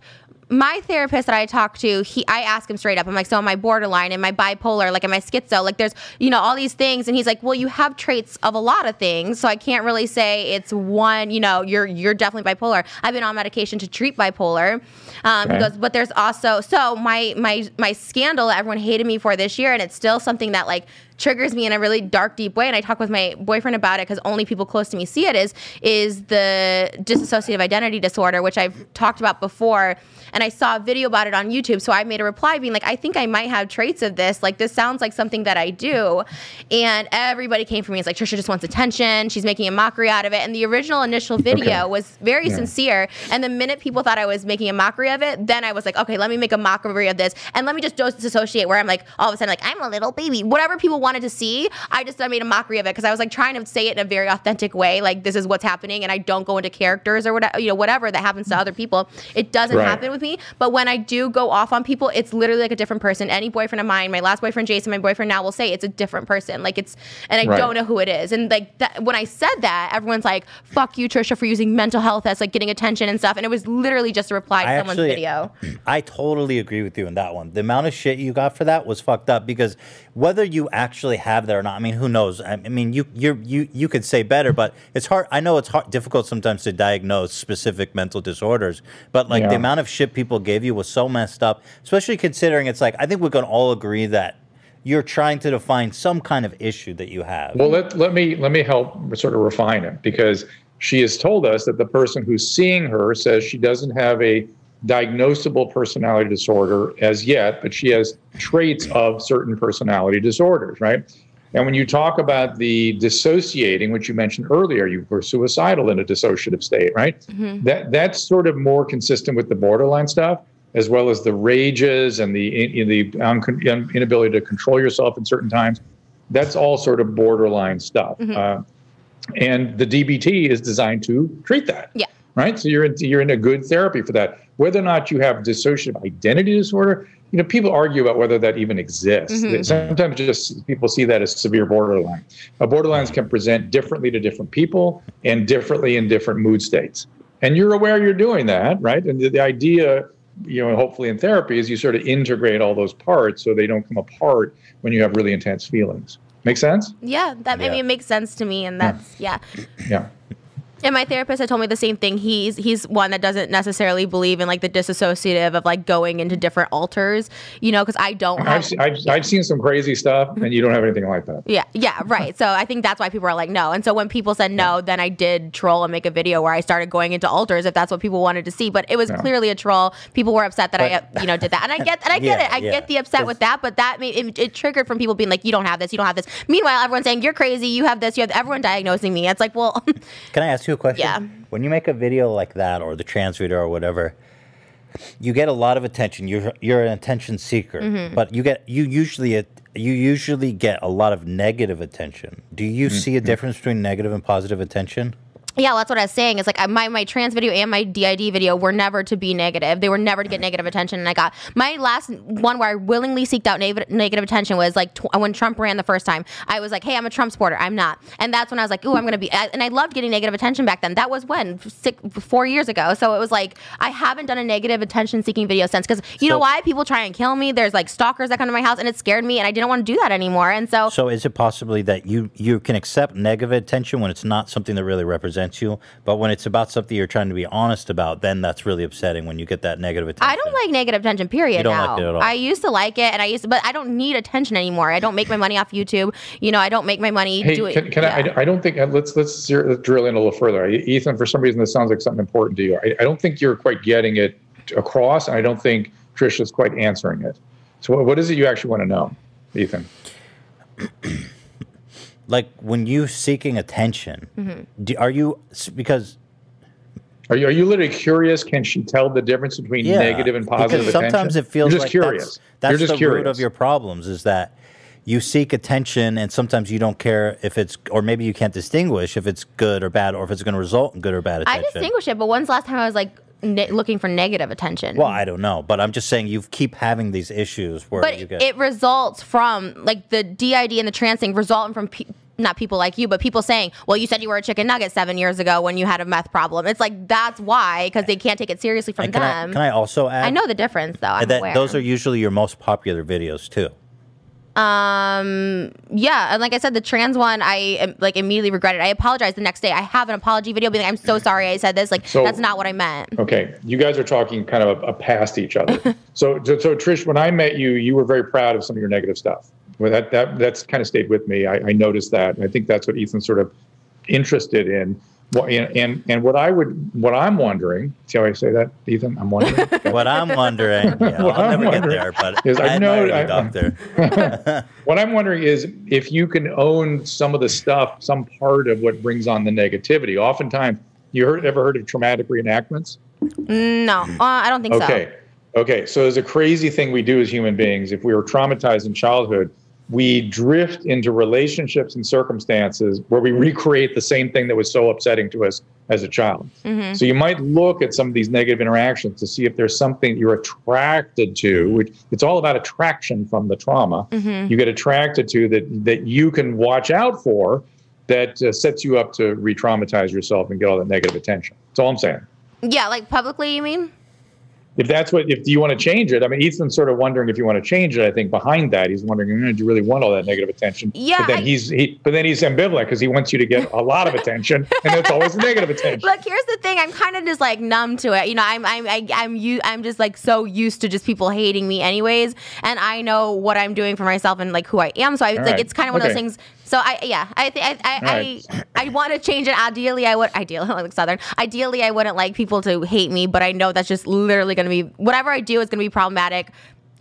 S2: my therapist that I talk to, he I ask him straight up. I'm like, so am I borderline? Am I bipolar? Like, am I schizo? Like, there's you know all these things, and he's like, well, you have traits of a lot of things, so I can't really say it's one. You know, you're you're definitely bipolar. I've been on medication to treat bipolar. Um,
S3: Okay.
S2: He goes, but there's also so my my my scandal that everyone hated me for this year, and it's still something that like triggers me in a really dark deep way and i talk with my boyfriend about it because only people close to me see it is is the dissociative identity disorder which i've talked about before and i saw a video about it on youtube so i made a reply being like i think i might have traits of this like this sounds like something that i do and everybody came for me it's like trisha just wants attention she's making a mockery out of it and the original initial video
S3: Okay.
S2: was very sincere and the minute people thought i was making a mockery of it then i was like okay let me make a mockery of this and let me just disassociate where i'm like all of a sudden like i'm a little baby whatever people wanted to see i just i made a mockery of it because i was like trying to say it in a very authentic way like this is what's happening and i don't go into characters or whatever you know whatever that happens to other people it doesn't
S3: Right.
S2: happen with me but when i do go off on people it's literally like a different person any boyfriend of mine my last boyfriend jason my boyfriend now will say it's a different person like it's and i
S3: Right.
S2: don't know who it is and like that when i said that everyone's like fuck you trisha for using mental health as like getting attention and stuff and it was literally just a reply to
S1: I
S2: someone's
S1: actually,
S2: video
S1: I totally agree with you on that one. The amount of shit you got for that was fucked up because whether you actually have that or not, I mean, who knows? I I mean, you you you you could say better, but it's hard. I know it's hard, difficult sometimes to diagnose specific mental disorders, but like the
S3: Yeah.
S1: amount of shit people gave you was so messed up. Especially considering it's like I think we can all agree that you're trying to define some kind of issue that you have.
S3: Well, let, let me let me help sort of refine it because she has told us that the person who's seeing her says she doesn't have a diagnosable personality disorder as yet, but she has traits of certain personality disorders, right? And when you talk about the dissociating, which you mentioned earlier, you were suicidal in a dissociative state, right? That that's sort of more consistent with the borderline stuff, as well as the rages and the in, in the uncon inability to control yourself in certain times. That's all sort of borderline stuff. Uh, and the DBT is designed to treat that.
S2: Yeah.
S3: Right. So you're in, you're in a good therapy for that. Whether or not you have dissociative identity disorder, you know, people argue about whether that even exists. Sometimes just people see that as severe borderline. Uh, borderlines can present differently to different people and differently in different mood states. And you're aware you're doing that, right? And the, the idea, you know, hopefully in therapy is you sort of integrate all those parts so they don't come apart when you have really intense feelings. Make sense?
S2: Yeah, that I
S1: Yeah. Hmm.
S2: mean it makes sense to me, and that's yeah.
S3: Yeah.
S2: And my therapist had told me the same thing. He's he's one that doesn't necessarily believe in like the disassociative of like going into different altars, you know, because I don't.
S3: I've,
S2: Have,
S3: se- I've, I've seen some crazy stuff, and you don't have anything like that.
S2: yeah, yeah, right. So I think that's why people are like no. And so when people said no, then I did troll and make a video where I started going into altars if that's what people wanted to see. But it was clearly a troll. People were upset that I uh, you know did that, and I get and I get
S1: Yeah,
S2: it. I
S1: yeah.
S2: get the upset with that, but that made it, it triggered from people being like you don't have this, you don't have this. Meanwhile, everyone's saying you're crazy, you have this, you have everyone diagnosing me. It's like well,
S1: Can I ask you a question?
S2: Yeah.
S1: When you make a video like that, or the transreader, or whatever, you get a lot of attention. You're you're an attention seeker,
S2: Mm-hmm.
S1: but you get you usually you usually get a lot of negative attention. Do you see a difference between negative and positive attention?
S2: Yeah, well, that's what I was saying. It's like I- my my trans video and my DID video were never to be negative. They were never to get negative attention. And I got my last one where I willingly seeked out nav- negative attention was like tw- when Trump ran the first time. I was like, hey, I'm a Trump supporter. I'm not. And that's when I was like, ooh, I'm gonna be. I- And I loved getting negative attention back then. That was when six, four years ago. So it was like I haven't done a negative attention seeking video since because you know
S1: So-
S2: why people try and kill me. There's like stalkers that come to my house, and it scared me, and I didn't want to do that anymore. And so
S1: So is it possibly that you you can accept negative attention when it's not something that really represents you, but when it's about something you're trying to be honest about, then that's really upsetting when you get that negative attention.
S2: I don't like negative attention. Period.
S1: You don't
S2: now
S1: like it at all.
S2: I used to like it, and I used, to, but I don't need attention anymore. I don't make my money off YouTube. You know, I don't make my money
S3: Hey,
S2: doing.
S3: can, can I-
S2: yeah.
S3: I? I don't think uh, let's let's zero- let's drill in a little further, I- Ethan. For some reason, this sounds like something important to you. I, I don't think you're quite getting it across, and I don't think Trisha's quite answering it. So, what, what is it you actually want to know, Ethan?
S1: like when you seeking attention.
S2: Mm-hmm.
S1: Do, are you s- because
S3: Are you, are you literally curious? Can she tell the difference between
S1: Yeah,
S3: negative and positive?
S1: Because sometimes
S3: attention?
S1: it feels
S3: you're just
S1: like
S3: curious.
S1: that's, that's
S3: you're just
S1: the
S3: curious.
S1: root of your problems is that you seek attention and sometimes you don't care if it's or maybe you can't distinguish if it's good or bad or if it's going to result in good or bad
S2: I
S1: attention.
S2: distinguish it, but when's the last time I was like ne- looking for negative attention?
S1: well, I don't know, but I'm just saying you keep having these issues where
S2: but
S1: you get
S2: it results from like the DID and the trans thing resulting from pe- not people like you, but people saying, "Well, you said you were a chicken nugget seven years ago when you had a meth problem." It's like that's why because they can't take it seriously from
S1: and can, I,
S2: them.
S1: can I also add
S2: I know the difference though. I'm
S1: that
S2: aware.
S1: those are usually your most popular videos too.
S2: Um. Yeah, and like I said, the trans one, I um, like immediately regretted. I apologized the next day. I have an apology video, being like, "I'm so sorry I said this. Like
S3: So- Oh.
S2: that's not what I meant."
S3: Okay, you guys are talking kind of a, past each other. so, so, so, Trish, when I met you, you were very proud of some of your negative stuff. Well, that that that's kind of stayed with me. I, I noticed that. And I think that's what Ethan's sort of interested in. What and, and and what I would, what I'm wondering. See how I say that, Ethan? I'm wondering.
S1: What I'm wondering, yeah,
S3: What
S1: I'll
S3: I'm
S1: never
S3: wondering
S1: get there, but
S3: is I
S1: I,
S3: know-
S1: admire you,
S3: I-
S1: doctor.
S3: what I'm wondering is if you can own some of the stuff, some part of what brings on the negativity. Oftentimes, you heard, ever heard of traumatic reenactments?
S2: No, uh, I don't think
S3: Okay. Okay. So there's a crazy thing we do as human beings. If we were traumatized in childhood, we drift into relationships and circumstances where we recreate the same thing that was so upsetting to us as a child. So you might look at some of these negative interactions to see if there's something you're attracted to, which it's all about attraction from the trauma. You get attracted to that that you can watch out for that uh, sets you up to re-traumatize yourself and get all that negative attention. That's all I'm saying
S2: so. Yeah, like publicly, you mean?
S3: if that's what if do you want to change it i mean ethan's sort of wondering if you want to change it i think behind that he's wondering "Mm, do you really want all that negative attention
S2: Yeah,
S3: but then
S2: I-
S3: he's he, but then he's ambivalent because he wants you to get a lot of attention and it's always negative attention
S2: Look, here's the thing. I'm kind of just like numb to it. You know, I'm I'm I, I'm you. I'm just like so used to just people hating me, anyways. And I know what I'm doing for myself and like who I am. So I, it's like
S3: right.
S2: it's kind of one of those
S3: Okay.
S2: things. So I yeah I thi- I I,
S3: Right.
S2: I, I want to change it. Ideally, I would ideally like Southern. Ideally, I wouldn't like people to hate me, but I know that's just literally going to be whatever I do is going to be problematic.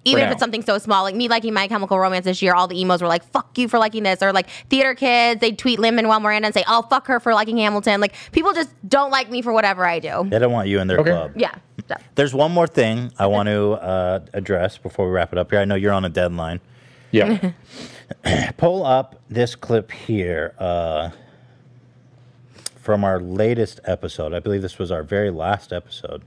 S2: Even if
S3: now.
S2: it's something so small, like me liking My Chemical Romance this year, all the emos were like, "Fuck you for liking this," or like theater kids, they tweet Lin Manuel Miranda and say, "Oh, fuck her for liking Hamilton." Like people just don't like me for whatever I do.
S1: They don't want you in their
S3: Okay.
S1: club.
S2: Yeah. So,
S1: There's one more thing I want to uh, address before we wrap it up here. I know you're on a deadline.
S3: Yeah.
S1: Pull up this clip here uh, from our latest episode. I believe this was our very last episode.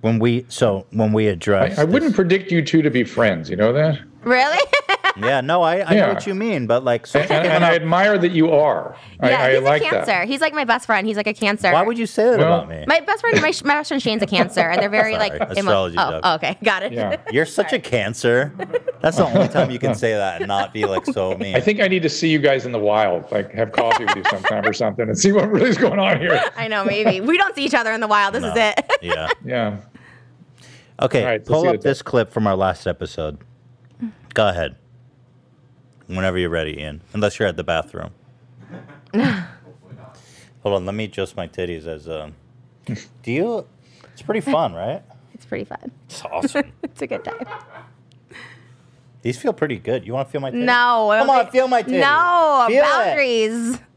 S1: When we so when we addressed
S3: I, I wouldn't predict you two to be friends. You know that?
S2: Really?
S1: this- yeah, no, I, I know
S3: Yeah.
S1: what you mean, but like so
S3: And, and- and I admire that you are. I,
S2: yeah,
S3: I
S2: he's
S3: like
S2: a cancer.
S3: that.
S2: He's like my best friend. He's like a cancer.
S1: why would you say that
S3: Well-
S1: about me?
S2: My best friend, my, sh- my best friend Shane's a cancer, and they're very
S1: Sorry,
S2: like
S1: astrology
S2: Oh,
S1: joke.
S2: oh, okay, got it.
S3: Yeah.
S1: You're such a cancer. That's the only time you can say that and not be like so mean.
S3: I think I need to see you guys in the wild, like have coffee with you sometime or something, and see what really is going on here.
S2: I know, maybe we don't see each other in the wild. This is it.
S1: yeah.
S3: Yeah.
S1: Okay,
S3: All right, so see
S1: pull
S3: you
S1: up
S3: at the-
S1: this clip from our last episode. Go ahead. Whenever you're ready, Ian. Unless you're at the bathroom. Hold on, let me adjust my titties as um Do you it's pretty fun, right?
S2: It's pretty fun.
S1: It's awesome.
S2: It's a good time.
S1: These feel pretty good. You wanna feel my titty?
S2: No, I
S1: Come
S2: don't
S1: on,
S2: think-
S1: feel my titty.
S2: No
S1: Feel it.
S2: boundaries.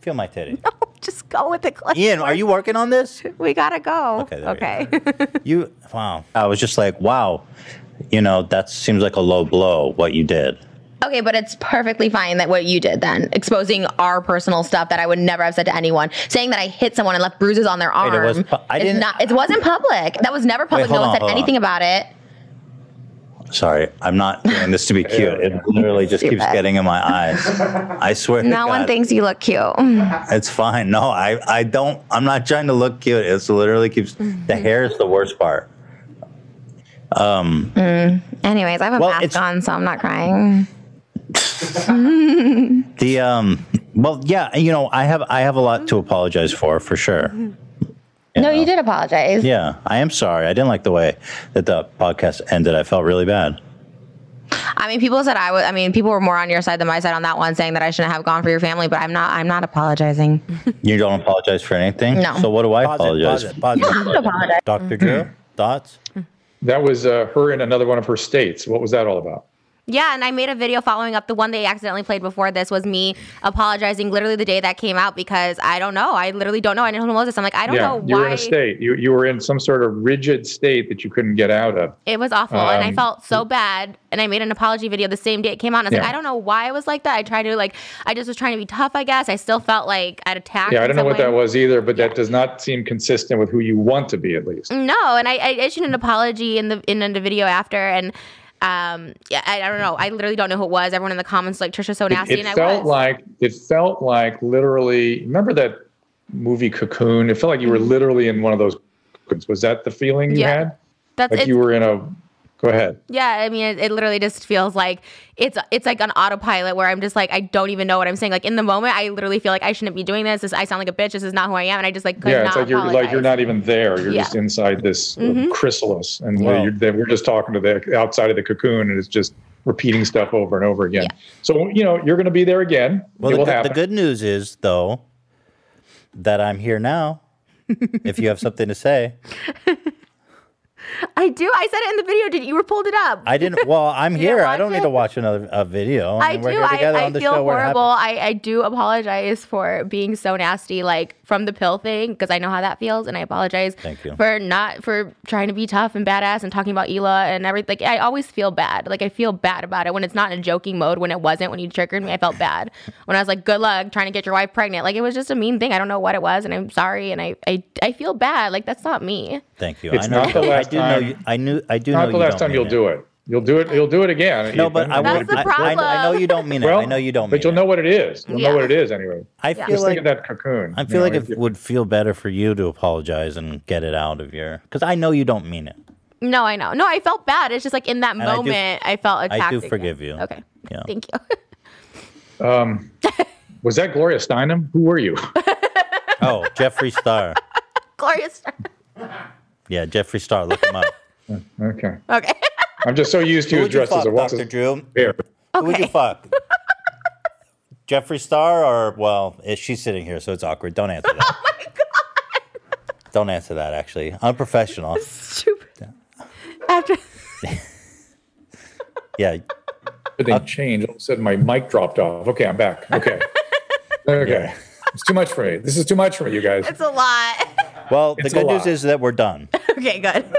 S1: Feel my titty.
S2: Just go with the clip.
S1: Ian, are you working on this?
S2: We gotta go.
S1: Okay, there
S2: okay.
S1: we You wow. I was just like, wow, you know, that seems like a low blow what you did.
S2: okay, but it's perfectly fine that what you did then, exposing our personal stuff that I would never have said to anyone, saying that I hit someone and left bruises on their arm.
S1: it was pu- I
S2: is
S1: didn't-
S2: Not, it wasn't public. That was never public.
S1: hold
S2: no one
S1: on,
S2: said
S1: hold on.
S2: anything about it.
S1: Sorry, I'm not doing this to be cute. It literally just keeps
S2: Stupid.
S1: getting in my eyes. I swear. to
S2: No one
S1: God,
S2: thinks you look cute.
S1: it's fine. No, I, I don't. I'm not trying to look cute. It's literally keeps
S2: Mm-hmm.
S1: the hair is the worst part.
S2: Anyways, I have a
S1: Well, it's-
S2: mask on, so I'm not crying.
S1: The um, well, yeah, you know, I have I have a lot
S2: Mm-hmm.
S1: to apologize for for sure.
S2: No, you
S1: know?
S2: did apologize.
S1: Yeah, I am sorry. I didn't like the way that the podcast ended. I felt really bad.
S2: I mean, people said I was. I mean, people were more on your side than my side on that one, saying that I shouldn't have gone for your family. But I'm not. I'm not apologizing.
S1: You don't apologize for anything.
S2: No.
S1: So what do I apologize? Mm-hmm.
S2: apologize.
S1: Doctor Drew, thoughts?
S3: That was uh, her in another one of her states. What was that all about?
S2: Yeah, and I made a video following up. The one they accidentally played before this was me apologizing literally the day that came out because I don't know. I literally don't know. I didn't know this. I'm like, I don't
S3: yeah,
S2: know why
S3: you were in a state. You you were in some sort of rigid state that you couldn't get out of.
S2: it was awful, and I
S3: Um,
S2: felt so bad. And I made an apology video the same day it came out. And I was like,
S3: Yeah.
S2: I don't know why I was like that. I tried to like, I just was trying to be tough. I guess I still felt like I'd attacked.
S3: Yeah, I
S2: in
S3: don't know
S2: some
S3: what
S2: way.
S3: that was either, but that does not seem consistent with who you want to be, at
S2: Mm,
S3: least.
S2: No, and I, I issued an apology in the in the video after, and um, yeah, I, I don't know. I literally don't know who it was. Everyone in the comments like Trisha's so nasty,
S3: It,
S2: and I
S3: it felt
S2: was.
S3: like it felt like literally. Remember that movie Cocoon? It felt like you were literally in one of those cocoons. Was that the feeling you
S2: Mm-hmm. Yeah.
S3: had?
S2: That's
S3: Like
S2: it's,
S3: you were in a. Go ahead.
S2: yeah. I mean, it, it literally just feels like it's it's like an autopilot where I'm just like I don't even know what I'm saying. Like in the moment, I literally feel like I shouldn't be doing this. this I sound like a bitch. This is not who I am, and I just like could
S3: yeah,
S2: not
S3: it's like you're like you're
S2: apologize.
S3: not even there. You're
S2: Yeah. Mm-hmm.
S3: just inside this uh, chrysalis, and
S1: Wow.
S3: uh, you're, then we're just talking to the outside of the cocoon, and it's just repeating stuff over and over again. So you know you're going to be there again.
S1: Well,
S3: it
S1: the,
S3: will
S1: good- the
S3: happen.
S1: good news is though that I'm here now. if you have something to say,
S2: I do. I said it in the video. Did you were pulled it up?
S1: I didn't. Well, I'm
S2: didn't
S1: here. I
S2: watch
S1: don't need
S2: it?
S1: to watch another a video.
S2: I
S1: mean,
S2: do.
S1: here together
S2: I, I
S1: on the
S2: feel
S1: show where it
S2: horrible.
S1: happens.
S2: I, I do apologize for being so nasty, like from the pill thing, because I know how that feels, and I apologize
S1: Thank you.
S2: for not for trying to be tough and badass and talking about Ela and everything. Like, I always feel bad. Like I feel bad about it when it's not in a joking mode. When it wasn't, when you triggered me, I felt bad. when I was like, "Good luck trying to get your wife pregnant." Like it was just a mean thing. I don't know what it was, and I'm sorry, and I I, I feel bad. Like that's not me.
S1: Thank you. I
S3: It's
S1: know.
S3: not
S1: you
S3: the
S1: don't- I
S3: last
S1: do
S3: time-
S1: know. You, I knew. I do know.
S3: Not the
S1: you
S3: last
S1: don't
S3: time
S1: mean
S3: you'll
S1: it.
S3: do it. You'll do it. You'll do it again.
S1: No, but I,
S2: That's
S1: would, I,
S2: the
S1: I, I know
S2: problem.
S1: you don't mean it. I know you don't.
S3: But
S1: mean
S3: you'll
S1: it.
S3: know what it is. You'll
S2: Yeah.
S3: know what it is anyway.
S1: I
S3: Just
S1: feel
S3: think
S1: like
S3: of that cocoon.
S1: I
S3: you
S1: feel
S3: know,
S1: like
S3: if
S1: it
S3: you-
S1: would feel better for you to apologize and get it out of your. Because I know you don't mean it.
S2: No, I know. No, I felt bad. It's just like in that
S1: I do-
S2: moment, I, felt attacked.
S1: I do
S2: again.
S1: forgive you.
S2: Okay.
S1: Yeah.
S2: Thank you.
S3: was that Gloria Steinem? Who were you?
S1: Oh, Jeffree Star.
S2: Glorious.
S1: Yeah, Jeffree Star. Look him up.
S3: Okay.
S2: Okay.
S3: I'm just so used to
S1: Who
S3: you
S1: would you
S3: dressed as
S1: fuck,
S3: a what's
S1: Doctor
S3: his-
S1: Drew?
S3: bear.
S1: Who would you
S2: Okay.
S1: fuck? Jeffree Star or well, eh, she's sitting here, so it's awkward. Don't answer that. oh my god! Don't answer that. Actually, unprofessional.
S2: Stupid. After
S1: yeah,
S2: Uh,
S3: Everything changed. All of a sudden, my mic dropped off. Okay, I'm back. Okay. okay.
S1: Yeah.
S3: It's too much for me. This is too much for me, you guys.
S2: it's a lot.
S1: Well,
S3: It's
S1: the
S3: a
S1: good news
S3: lot.
S1: is that we're done.
S2: okay, good.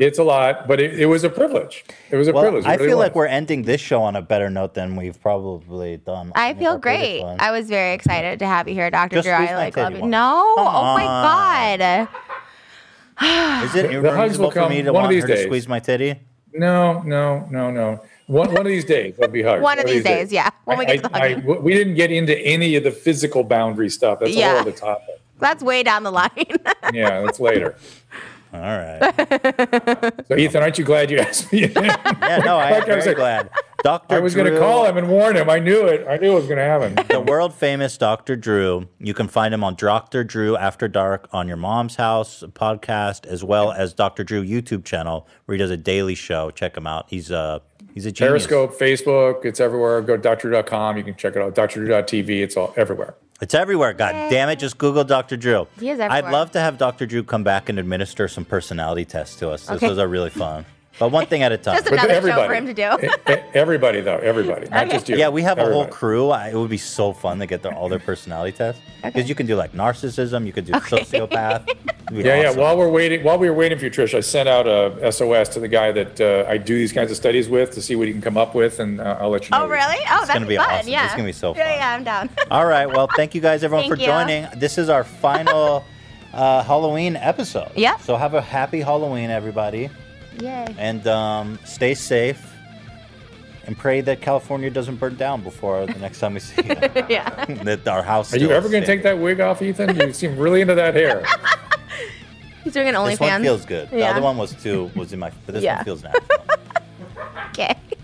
S3: It's a lot, but it, it was a privilege. It was a
S1: Well,
S3: privilege. It
S1: I
S3: really
S1: feel like
S3: was.
S1: we're ending this show on a better note than we've probably done.
S2: I
S1: on our
S2: feel
S1: previous
S2: great.
S1: one.
S2: I was very excited to have you here, Doctor
S1: Just
S2: Drew. I
S1: squeeze my
S2: like love you.
S1: titty.
S2: No,
S1: Come
S2: oh my
S1: on.
S2: god.
S1: Is it
S3: The- the hugs
S1: irreasonable
S3: will
S1: for me
S3: come
S1: to
S3: one of
S1: want
S3: these
S1: her to
S3: days.
S1: squeeze my titty?
S3: No, no, no, no. One, one of these days, I'll be hugged.
S2: One of these days, yeah. When we
S3: I-
S2: get to the
S3: I- I-
S2: hugging.
S3: w- we didn't get into any of the physical boundary stuff. That's a
S2: Yeah.
S3: whole other topic.
S2: That's way down the line.
S3: Yeah, that's later.
S1: All right.
S3: So, Ethan, aren't you glad you asked me?
S1: Yeah, no, I am
S3: Like I
S1: very
S3: was like-
S1: glad. Doctor,
S3: I was going to call him and warn him. I knew it. I knew it was going to happen.
S1: the world famous Dr. Drew. You can find him on Dr. Drew After Dark on your mom's house podcast, as well as Dr. Drew YouTube channel where he does a daily show. Check him out. He's a he's a genius.
S3: Periscope, Facebook, it's everywhere. Go to drdrew.com. You can check it out. Drdrew.tv. It's all everywhere.
S1: It's everywhere. God damn it! Just Google Dr. Drew.
S2: He is
S1: I'd
S2: everywhere.
S1: love to have Dr. Drew come back and administer some personality tests to us. Those,
S2: Okay.
S1: those are really fun. But one thing at a time.
S2: Just Another show for him to do.
S3: E- e- everybody, though. Everybody. Not just you.
S1: Yeah, we have a whole
S3: Everybody.
S1: crew. I, it would be so fun to get their, all their personality tests because you can do like narcissism, you could do sociopath. It'd be
S3: Yeah,
S1: awesome.
S3: yeah. While we're waiting, while we were waiting for you, Trish, I sent out a SOS to the guy that uh, I do these kinds of studies with to see what he can come up with, and uh, I'll let you know.
S2: oh really? Oh, that's
S1: gonna be
S2: fun.
S1: awesome.
S2: Yeah,
S1: It's gonna be so
S2: Yeah,
S1: fun.
S2: yeah, I'm down.
S1: All right. Well, thank you guys, everyone,
S2: Thank
S1: for
S2: you.
S1: joining. This is our final uh, Halloween episode.
S2: Yeah.
S1: So have a happy Halloween, everybody,
S2: Yay.
S1: and um, stay safe. And pray that California doesn't burn down before the next time we see you.
S2: yeah.
S1: that our house.
S3: Are you ever going to take that wig off, Ethan? You seem really into that hair.
S2: He's doing an
S1: This one
S2: OnlyFans.
S1: feels good. The
S2: Yeah.
S1: other one was too was in my. But this
S2: Yeah.
S1: one feels natural.
S2: okay.